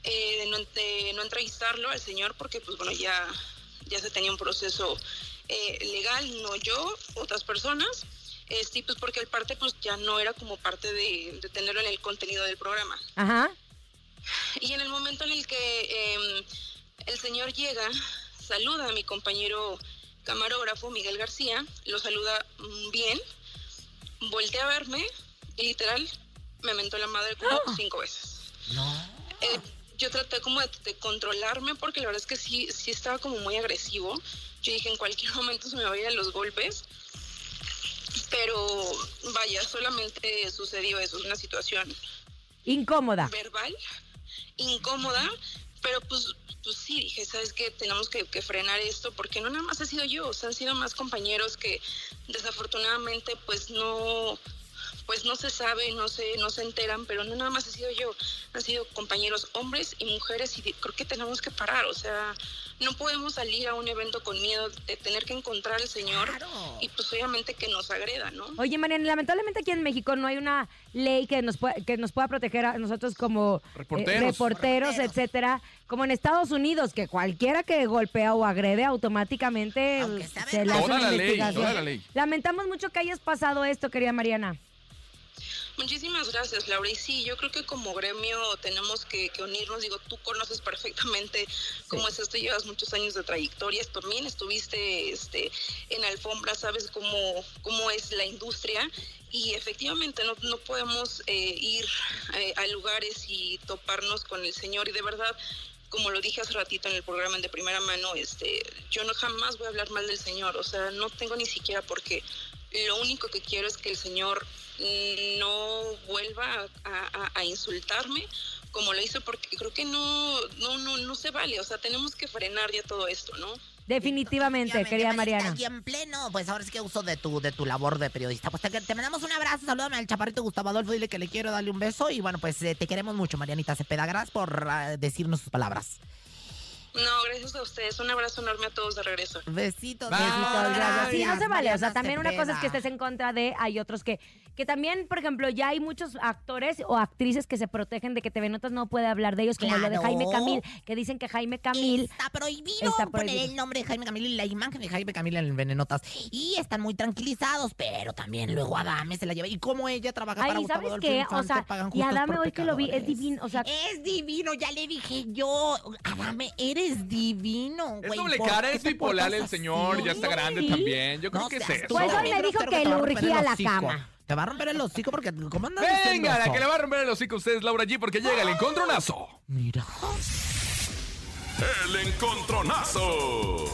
S11: eh, de, no, de no entrevistarlo al señor porque, pues bueno, ya, ya se tenía un proceso eh, legal, no yo, otras personas. Este, y, pues porque el parte pues ya no era como parte de- de tenerlo en el contenido del programa.
S3: Ajá.
S11: Y en el momento en el que eh, el señor llega, saluda a mi compañero camarógrafo Miguel García, lo saluda mm, bien, voltea a verme y literal me mentó la madre como cinco veces.
S4: No.
S11: Eh, yo traté como de, de controlarme porque la verdad es que sí, sí estaba como muy agresivo. Yo dije en cualquier momento se me va a ir a los golpes. Pero vaya, solamente sucedió eso, es una situación
S3: Incómoda.
S11: verbal, incómoda, pero pues, pues sí, dije, ¿sabes qué? Tenemos que, que frenar esto, porque no nada más he sido yo, o sea, han sido más compañeros que desafortunadamente pues no pues no se sabe, no se, no se enteran, pero no nada más he sido yo, han sido compañeros hombres y mujeres y de- creo que tenemos que parar, o sea, no podemos salir a un evento con miedo de tener que encontrar al señor
S4: Claro.
S11: y pues obviamente que nos agreda, ¿no?
S3: Oye, Mariana, lamentablemente aquí en México no hay una ley que nos pueda, que nos pueda proteger a nosotros como eh,
S5: Reporteros.
S3: reporteros,
S4: Reporteros.
S3: etcétera, como en Estados Unidos, que cualquiera que golpea o agrede automáticamente pues,
S4: Aunque sea
S3: se le
S4: verdad.
S3: hace
S5: Toda
S3: una
S5: la ley,
S3: investigación.
S5: toda la ley.
S3: Lamentamos mucho que hayas pasado esto, querida Mariana.
S11: Muchísimas gracias, Laura. Y sí, yo creo que como gremio tenemos que, que unirnos. Digo, tú conoces perfectamente cómo es esto. Llevas muchos años de trayectorias. También estuviste este, en alfombra, sabes cómo, cómo es la industria. Y efectivamente no, no podemos eh, ir eh, a lugares y toparnos con el señor. Y de verdad, como lo dije hace ratito en el programa de primera mano, este, yo no jamás voy a hablar mal del señor. O sea, no tengo ni siquiera por qué. Lo único que quiero es que el señor no vuelva a, a- a insultarme como lo hizo, porque creo que no, no, no, no se vale. O sea, tenemos que frenar ya todo esto, ¿no?
S3: Definitivamente, querida
S4: Marianita,
S3: Mariana.
S4: Y en pleno, pues ahora sí que uso de tu, de tu labor de periodista. Pues te, te mandamos un abrazo, salúdame al chaparrito Gustavo Adolfo, dile que le quiero darle un beso. Y bueno, pues eh, te queremos mucho, Marianita Cepeda. Gracias por ah, decirnos sus palabras.
S11: No, gracias a ustedes. Un abrazo enorme a todos de regreso.
S4: Besitos.
S3: Besitos, gracias. Sí, no se vale. O sea,
S4: Mariana
S3: también una cosa es que
S4: Cepeda.
S3: estés en contra de, hay otros que, que también, por ejemplo, ya hay muchos actores o actrices que se protegen de que TV Notas no puede hablar de ellos, como lo de
S4: Claro.
S3: Jaime Camil, que dicen que Jaime Camil
S4: Está prohibido
S3: Está
S4: poner
S3: prohibido.
S4: el nombre de Jaime Camila y la imagen de Jaime Camila en Venenotas. Y están muy tranquilizados, pero también luego Adame se la lleva. Y como ella trabaja para
S3: Ay, ¿sabes
S4: Gustavo Adolfo
S3: qué? O
S4: Infante,
S3: sea,
S4: pagan
S3: y
S4: justos
S3: Adame
S4: por
S3: hoy que lo vi, es
S4: pecadores.
S3: divino. O sea,
S4: Es divino, ya le dije yo. Adame, eres divino,
S5: Es
S4: güey.
S5: doble
S4: ¿por
S5: cara,
S4: qué
S5: es
S4: te
S5: bipolar el
S4: portas
S5: señor,
S4: así?
S5: ya está grande
S3: Sí.
S5: también. Yo creo
S4: No
S5: que es
S4: seas
S5: eso.
S3: Pues hoy
S4: Yo
S3: me
S4: creo
S3: dijo
S4: que
S3: que
S4: te va a
S3: lo
S4: romper el
S3: urgía la
S4: hocico.
S3: cama.
S4: Te va a romper el hocico porque ¿cómo andas diciendo
S5: Venga, la
S4: eso?
S5: que le va a romper el hocico a ustedes, Laura G, porque llega el encontronazo.
S4: Mira.
S6: El encontronazo.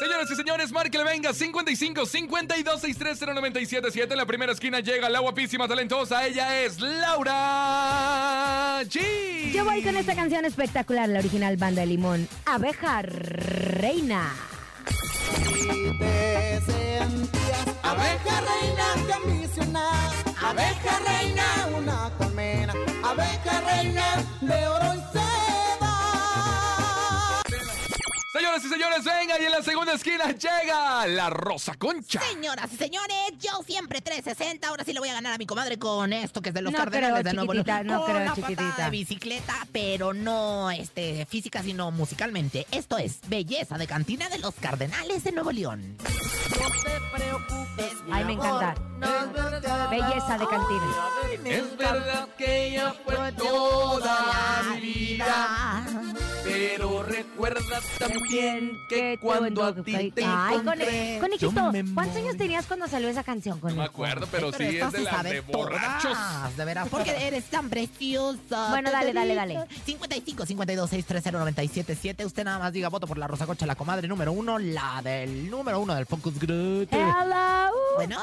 S5: Señoras y señores, márquele venga 55 52 630 977. En la primera esquina llega la guapísima talentosa. Ella es Laura G.
S3: yo voy con esta canción espectacular, la original Banda de Limón, Abeja Reina.
S1: te sentías abeja reina camisionada, abeja reina una colmena, abeja reina de oro y seda.
S5: Señoras y señores, venga. Y en la segunda esquina llega la Rosa Concha.
S4: Señoras y señores, yo siempre 360. Ahora sí le voy a ganar a mi comadre con esto que es de los
S3: No
S4: Cardenales
S3: creo,
S4: de Nuevo
S3: chiquitita,
S4: León.
S3: no
S4: Con
S3: creo,
S4: la
S3: chiquitita.
S4: patada de bicicleta, pero no este, física, sino musicalmente. Esto es Belleza de Cantina de los Cardenales de Nuevo León.
S3: Ay, me encanta. Belleza de cantina.
S5: Es verdad que ella fue toda mi vida.
S4: Ah,
S5: Pero recuerda también que cuando a ti te
S3: pues, Ay,
S5: encontré,
S3: Cone- Conejito,
S5: yo me
S3: ¿cuántos años
S5: morí.
S3: tenías cuando salió esa canción,
S5: No me
S3: Conejo?
S5: acuerdo, pero,
S4: Pero
S5: sí
S4: esta
S5: es de
S4: se
S5: las
S4: sabe
S5: de borrachos.
S4: todas, de veras, porque eres tan preciosa.
S3: Bueno, dale, dale, dale.
S4: 55 52 630 977. Usted nada más diga voto por la Rosa Concha, la comadre número uno, la del número uno del Focus Group.
S3: Eh, Hello. uh,
S4: Bueno,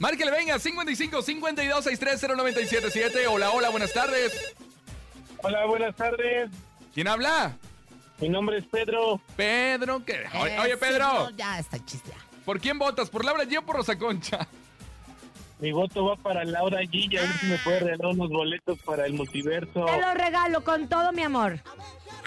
S5: Márquele, venga, 55 52 630 977. Hola, hola, buenas tardes.
S9: Hola, buenas tardes.
S5: ¿Quién habla?
S9: Mi nombre es Pedro.
S5: Pedro, ¿qué? O- Oye,
S4: eh, sí, no,
S5: Pedro,
S4: ya está el chiste. ya.
S5: ¿por quién votas? ¿Por Laura G o por Rosa Concha?
S9: Mi voto va para Laura Guilla. A ver si me puede regalar unos boletos para el multiverso.
S3: Te lo regalo con todo mi amor.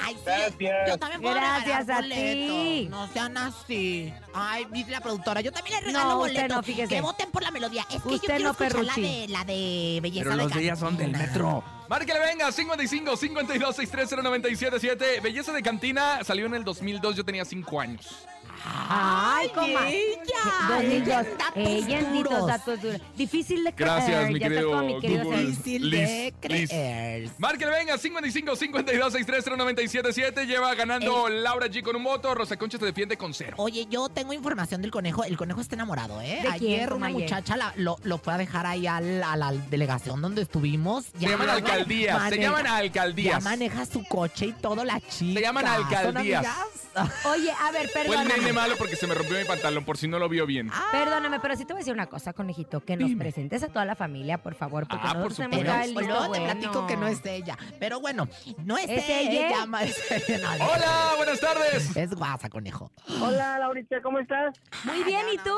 S4: Ay, sí,
S9: Gracias.
S4: Yo también puedo
S3: Gracias
S4: regalar
S3: a ti.
S4: boletos. No sean así. Ay, dice la productora. Yo también les regalo
S3: No, usted
S4: boletos.
S3: no, fíjese.
S4: Que voten por la melodía. Es que
S3: Usted
S4: yo quiero
S3: no,
S4: escuchar la
S3: Perruchi.
S4: de, la de belleza
S8: Pero
S4: de
S8: los días son del
S4: Cantina.
S8: metro.
S5: Márquele, venga, 55 52 630 977. Belleza de Cantina salió en el 2002, yo tenía 5 años.
S3: Ay, coma. Dos
S4: Ella
S3: niños.
S4: en datos
S3: Ella en datos,
S4: duros.
S3: datos duros. Difícil de creer.
S5: Gracias, mi
S3: ya
S5: querido
S3: tocó, mi querido
S5: Google.
S3: Sergio.
S4: Difícil
S5: Liz,
S4: de
S5: Liz.
S4: creer.
S5: Márquele, venga, 55 52 630 977. Lleva ganando Laura G con un voto. Rosa Concha te defiende con cero.
S4: Oye, yo tengo información del conejo. El conejo está enamorado, ¿eh?
S3: ¿De
S4: Ayer
S3: quién,
S4: una
S3: comadre?
S4: muchacha la- lo, lo fue a dejar ahí a la, a la delegación donde estuvimos.
S5: Se llaman alcaldías, se llaman
S4: Ya
S5: alcaldías.
S4: maneja su coche y todo la chica.
S5: Se llaman alcaldías.
S4: ¿Son amigas?
S3: Oye, a ver,
S5: Fue el nene
S3: perdóname.
S5: malo porque se me rompió mi pantalón, por si no lo vio bien.
S3: Perdóname, pero sí te voy a decir una cosa, conejito, que nos presentes a toda la familia, por favor, porque
S5: Ah, por
S3: nosotros tenemos
S5: supuesto.
S3: ya el
S4: Pero
S3: listo
S4: luego Pues te platico
S3: bueno.
S4: que no es ella. Pero bueno, no es,
S3: ¿Es
S4: ella.
S3: ella?
S4: ma- es ella, no, no.
S5: Hola, buenas tardes.
S4: Es guasa, conejo.
S9: Hola, Laurita, ¿cómo estás?
S3: Muy bien, ¿y tú?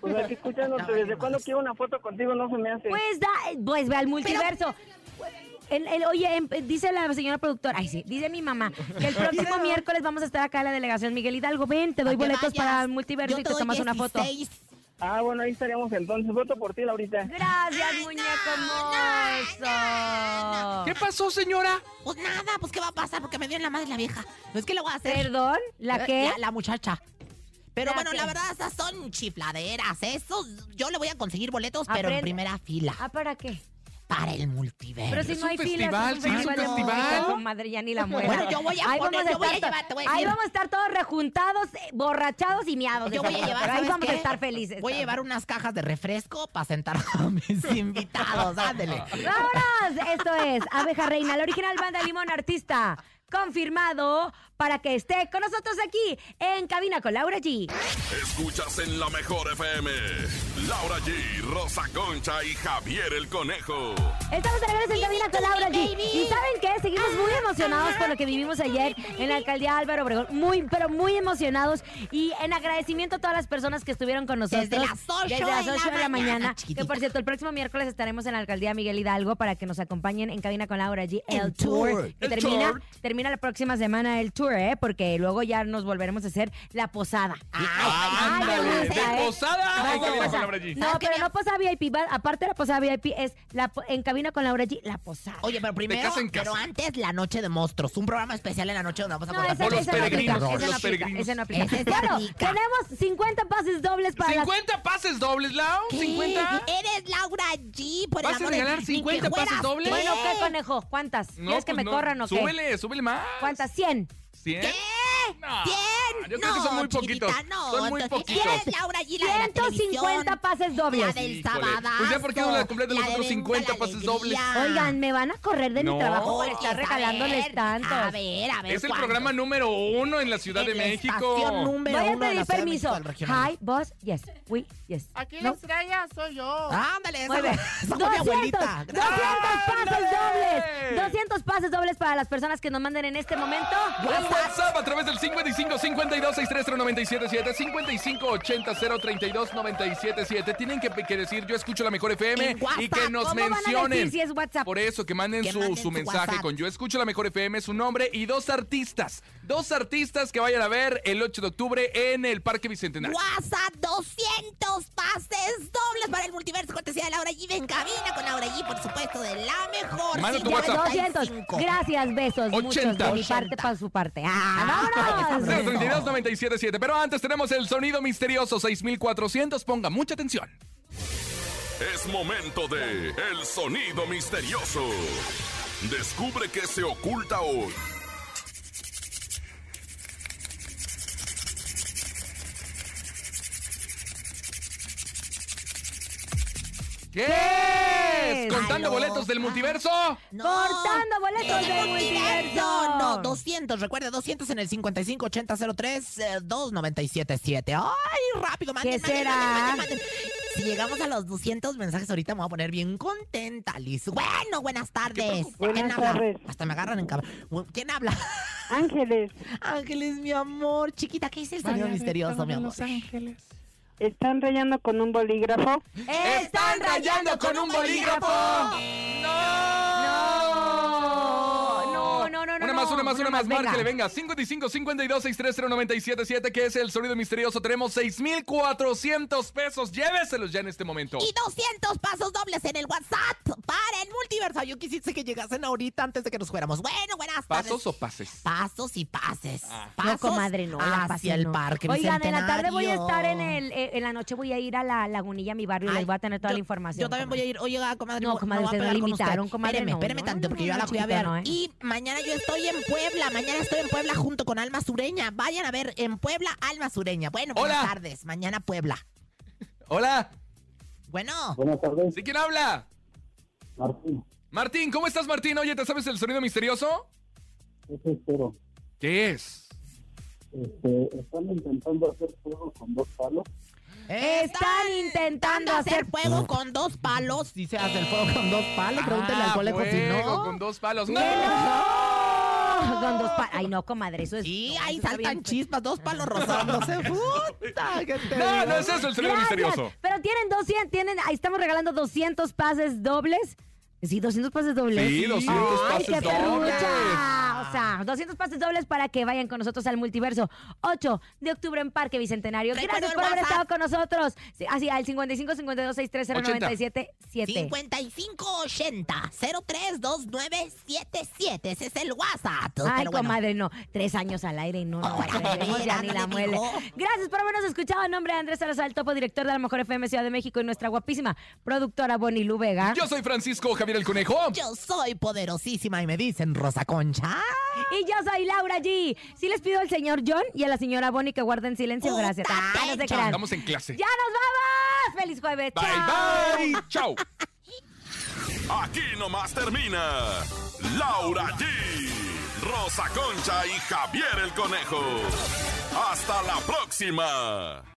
S9: Pues aquí escuchándote. ¿Desde cuándo quiero una foto contigo? No se me hace.
S3: Pues da, pues ve al multiverso. El- el- oye, em- dice la señora productora, ay sí, dice mi mamá, que el próximo miércoles vamos a estar acá en la delegación Miguel Hidalgo. Ven, te doy boletos para el multiverso y te tomas una foto.
S9: Ah, bueno, ahí estaríamos entonces. Voto por ti, Laurita.
S3: Gracias, muñeco hermoso.
S5: ¿Qué pasó, señora?
S4: Pues nada, pues ¿qué va a pasar? Porque me dio en la madre la vieja. No es que la voy a hacer.
S3: Perdón, ¿la
S4: Eh,
S3: qué?
S4: La, la muchacha. Pero
S3: ¿La
S4: bueno,
S3: qué?
S4: la verdad, esas son chifladeras. Esos, yo le voy a conseguir boletos, pero en
S3: Aprende.
S4: primera fila.
S3: Ah, ¿para qué?
S4: para el multiverso.
S3: Pero si
S5: es
S3: no
S5: un
S3: hay filas,
S5: festival, sí, es un
S3: de
S5: festival.
S3: música, comadre, ya ni la muera.
S4: Bueno, yo voy a
S3: ahí
S4: poner-
S3: vamos a
S4: yo voy a
S3: estar to-
S4: llevar, te voy a
S3: Ahí
S4: decir.
S3: vamos a estar todos rejuntados, eh, borrachados y miados.
S4: Yo voy a llevar.
S3: Ahí
S4: ¿sabes
S3: vamos a
S4: qué?
S3: estar felices.
S4: Voy a llevar unas cajas de refresco para sentar a mis invitados. Ándele.
S5: Ah.
S3: ¡Vámonos! Esto es Abeja Reina, la original banda Limón Artista. Confirmado para que esté con nosotros aquí en Cabina con Laura G.
S6: Escuchas en la mejor FM. Laura G, Rosa Concha y Javier el Conejo.
S3: Estamos de regreso en Cabina con Laura G. Y ¿saben qué? Seguimos muy emocionados por lo que vivimos ayer en la alcaldía Álvaro Obregón. Muy, pero muy emocionados. Y en agradecimiento a todas las personas que estuvieron con nosotros.
S4: Desde las ocho
S3: Desde las
S4: de la
S3: ocho de la
S4: mañana,
S3: mañana.
S4: chiquitita.
S3: Que por cierto, el próximo miércoles estaremos en la alcaldía Miguel Hidalgo para que nos acompañen en Cabina con Laura G. El,
S4: El
S3: Tour.
S4: tour.
S3: Que
S5: El
S3: termina,
S5: tour.
S3: termina termina la próxima semana el tour, ¿eh? Porque luego ya nos volveremos a hacer la posada.
S5: Ah, Ándale,
S3: ay, ay, ay.
S5: de posada
S3: Ay,
S5: en cabina
S3: o sea,
S5: con Laura G.
S3: No, pero no posada VIP. va- Aparte de la posada VIP es la po- en cabina con Laura G, la posada.
S4: Oye, pero primero,
S5: casa en casa.
S4: pero antes la noche de monstruos, un programa especial en la noche donde vamos a
S3: No,
S4: contar
S3: esa,
S5: O los
S3: esa no aplica,
S5: peregrinos,
S3: esa no
S5: los
S3: aplica,
S5: peregrinos.
S3: esa no aplica.
S4: Esa es la
S3: Bueno,
S4: rica.
S3: tenemos 50 pases dobles para las
S5: 50 pases dobles, Lau.
S4: ¿Qué?
S5: 50.
S4: Eres Laura G, por el
S5: ¿Vas a
S4: amor de-
S5: regalar
S4: ni
S5: 50
S4: que fueras
S5: pases dobles?
S4: tú.
S3: Bueno, ¿qué conejo? ¿Cuántas?
S5: No,
S3: ¿Quieres que
S5: pues
S3: me
S5: no.
S3: corran o qué?
S5: Súbele, súbele más.
S3: ¿Cuántas? ¿100?
S5: ¿Cien?
S4: ¿Qué?
S5: No,
S4: ¿Cien?
S5: Ah, Yo creo que son muy
S4: chiquita,
S5: poquitos.
S4: no.
S5: son muy
S4: Entonces,
S5: poquitos.
S4: Eres Laura G, la de la
S3: 150
S4: televisión,
S3: pases
S4: La
S3: dobles.
S4: del
S5: Híjole.
S4: sábado.
S5: Pues ya, ¿por qué no la completan los otros 50 pases dobles?
S4: Ah.
S3: Oigan, me van a correr de mi
S5: No.
S3: trabajo por
S4: está
S3: estar regalándoles tantos.
S4: A ver, a ver.
S5: Es el
S4: ¿cuándo?
S5: programa número uno en la Ciudad de
S4: En la estación
S5: México.
S4: número
S3: Voy a
S4: uno de
S3: pedir
S4: la Ciudad de
S3: permiso.
S4: México, el regional.
S3: Hi, boss. Yes. We, yes.
S12: Aquí la
S3: No.
S12: estrella soy yo.
S4: Ándale, esa
S3: Muy bien.
S4: esa fue
S3: 200,
S4: mi abuelita.
S3: 200 pases
S5: ¡Ándale!
S3: dobles. 200 pases dobles para las personas que nos manden en este momento.
S5: Un WhatsApp a través del 55 52 630 977 55 80 032 977. Tienen que, que decir yo escucho la mejor FM
S4: En WhatsApp,
S5: y que nos
S3: ¿Cómo van a decir
S5: mencionen.
S3: si es WhatsApp?
S5: Por eso que manden
S4: Que
S5: su,
S4: manden
S5: su
S4: su
S5: mensaje
S4: WhatsApp.
S5: con yo escucho la mejor FM, su nombre y dos artistas. Dos artistas que vayan a ver el 8 de octubre en el Parque Bicentenario.
S4: WhatsApp 200 pases dobles para el multiverso. Cortesía de Laura G. Ven cabina con Laura G, por supuesto, de la mejor.
S5: Manda tu
S4: Sí,
S5: WhatsApp.
S3: 200.
S4: 95.
S3: Gracias, besos. Muchos
S5: 80.
S3: de mi parte para su parte. ¡Ah, vámonos!
S5: 032 977. Pero antes tenemos el sonido misterioso 6400. Ponga mucha atención.
S6: Es momento de El Sonido Misterioso. Descubre qué se oculta hoy.
S5: ¿Qué?
S3: es?
S5: es? ¿Contando
S4: Aló.
S5: boletos del multiverso?
S4: No.
S3: Cortando boletos
S4: ¡El
S3: del
S4: multiverso!
S3: multiverso.
S4: No, 200, recuerda, 200 en el 558003 eh, 2977. ¡Ay, rápido, manden,
S3: ¿Qué
S4: manden,
S3: será?
S4: manden, manden, manden. Si llegamos a los 200 mensajes ahorita me voy a poner bien contenta, Liz. Bueno, buenas tardes. ¿Quién
S12: Buenas
S4: habla?
S12: tardes.
S4: Hasta me agarran en cámara. ¿Quién habla?
S12: Ángeles.
S4: Ángeles, mi amor. Chiquita, ¿qué es el sonido misterioso, mi amor?
S12: Ángeles. Están rayando con un bolígrafo.
S3: ¡Están rayando con un bolígrafo! ¡No! No, no, no, no.
S5: Una más,
S3: no.
S5: una más, una más.
S3: venga.
S5: Márquele, venga. 55 52 630 977, que es el sonido misterioso. Tenemos 6,400 pesos. Lléveselos ya en este momento.
S4: Y 200 pasos dobles en el WhatsApp para el multiverso. Yo quisiese que llegasen ahorita antes de que nos fuéramos. Bueno, buenas tardes.
S5: ¿Pasos o pases?
S4: Pasos y pases. Pasos
S3: No, comadre, no. la
S4: hacia
S3: pasé,
S4: el
S3: no.
S4: parque
S3: Oigan, en la tarde voy a
S4: Bicentenario.
S3: estar en el. eh, en la noche voy a ir a la lagunilla, a mi barrio.
S4: Ay,
S3: les voy a tener toda
S4: yo-
S3: la información.
S4: Yo también voy a ir. Oye, ah, comadre,
S3: No,
S4: me- me
S3: comadre,
S4: voy a
S3: usted no
S4: pegar
S3: la
S4: con
S3: invitaron, comadre,
S4: Espéreme,
S3: no,
S4: espéreme
S3: no, no,
S4: tantito, porque
S3: no,
S4: yo ya la fui a
S3: chiquita,
S4: ver.
S3: no, ¿eh?
S4: Y mañana yo estoy en Puebla. Mañana estoy en Puebla junto con Alma Sureña. Vayan a ver en Puebla, Alma Sureña. Bueno, buenas
S5: Hola.
S4: tardes. Mañana Puebla.
S5: Hola.
S4: Bueno,
S9: Buenas tardes,
S5: ¿Sí quién habla?
S9: Martín.
S5: Martín, ¿cómo estás, Martín? Oye, ¿te sabes el sonido misterioso?
S9: Eso espero.
S5: ¿Qué es?
S9: Este, están intentando hacer fuego con dos palos.
S3: Están intentando hacer.
S4: fuego con dos palos. Si se hace el fuego con dos palos, pregúntele
S5: Ah,
S4: al colegio si
S5: fuego
S4: no.
S5: con dos palos. ¡No!
S3: ¡No! Con dos pa- Ay, no, comadre, eso es.
S4: ¡Oh! Sí,
S3: no,
S4: ahí
S3: eso está
S4: saltan
S3: bien fe-
S4: chispas, dos palos rozándose. ¡Puta! ¿qué te
S5: No,
S4: digo?
S5: no es eso el sonido
S3: Gracias,
S5: misterioso.
S3: Pero tienen 200, tienen, ahí estamos regalando 200 pases dobles. Sí, 200 pases dobles.
S5: Sí, 200
S3: Ay,
S5: pases
S3: qué perrucha.
S5: dobles.
S3: O sea, 200 pases dobles para que vayan con nosotros al multiverso. 8 de octubre en Parque Bicentenario.
S4: Recuerdo
S3: Gracias
S4: el
S3: por haber
S4: WhatsApp.
S3: estado con nosotros. Sí, Así, al 55 52 630 7
S4: 5580 032977 Ese es el WhatsApp.
S3: Ay,
S4: Pero bueno,
S3: comadre, no. Tres años al aire y no, no,
S4: Ahora,
S3: aprendemos ya
S4: mira,
S3: ni
S4: no
S3: la
S4: te
S3: muele.
S4: digo.
S3: Gracias por habernos escuchado. En nombre de Andrés Salazar, el topo director de la Mejor FM Ciudad de México y nuestra guapísima productora Bonnie Lu Vega.
S5: Yo soy Francisco Javier el Conejo.
S4: yo soy poderosísima y me dicen Rosa Concha.
S3: Y yo soy Laura G. Sí les pido al señor John y a la señora Bonnie que guarden silencio.
S4: Puta,
S3: Gracias. Ah, no se
S4: John.
S3: crean.
S5: Estamos en clase.
S3: ¡Ya nos vamos! ¡Feliz jueves! ¡Chao!
S5: Bye, bye. Chao.
S6: Aquí nomás termina Laura G, Rosa Concha y Javier el Conejo. Hasta la próxima.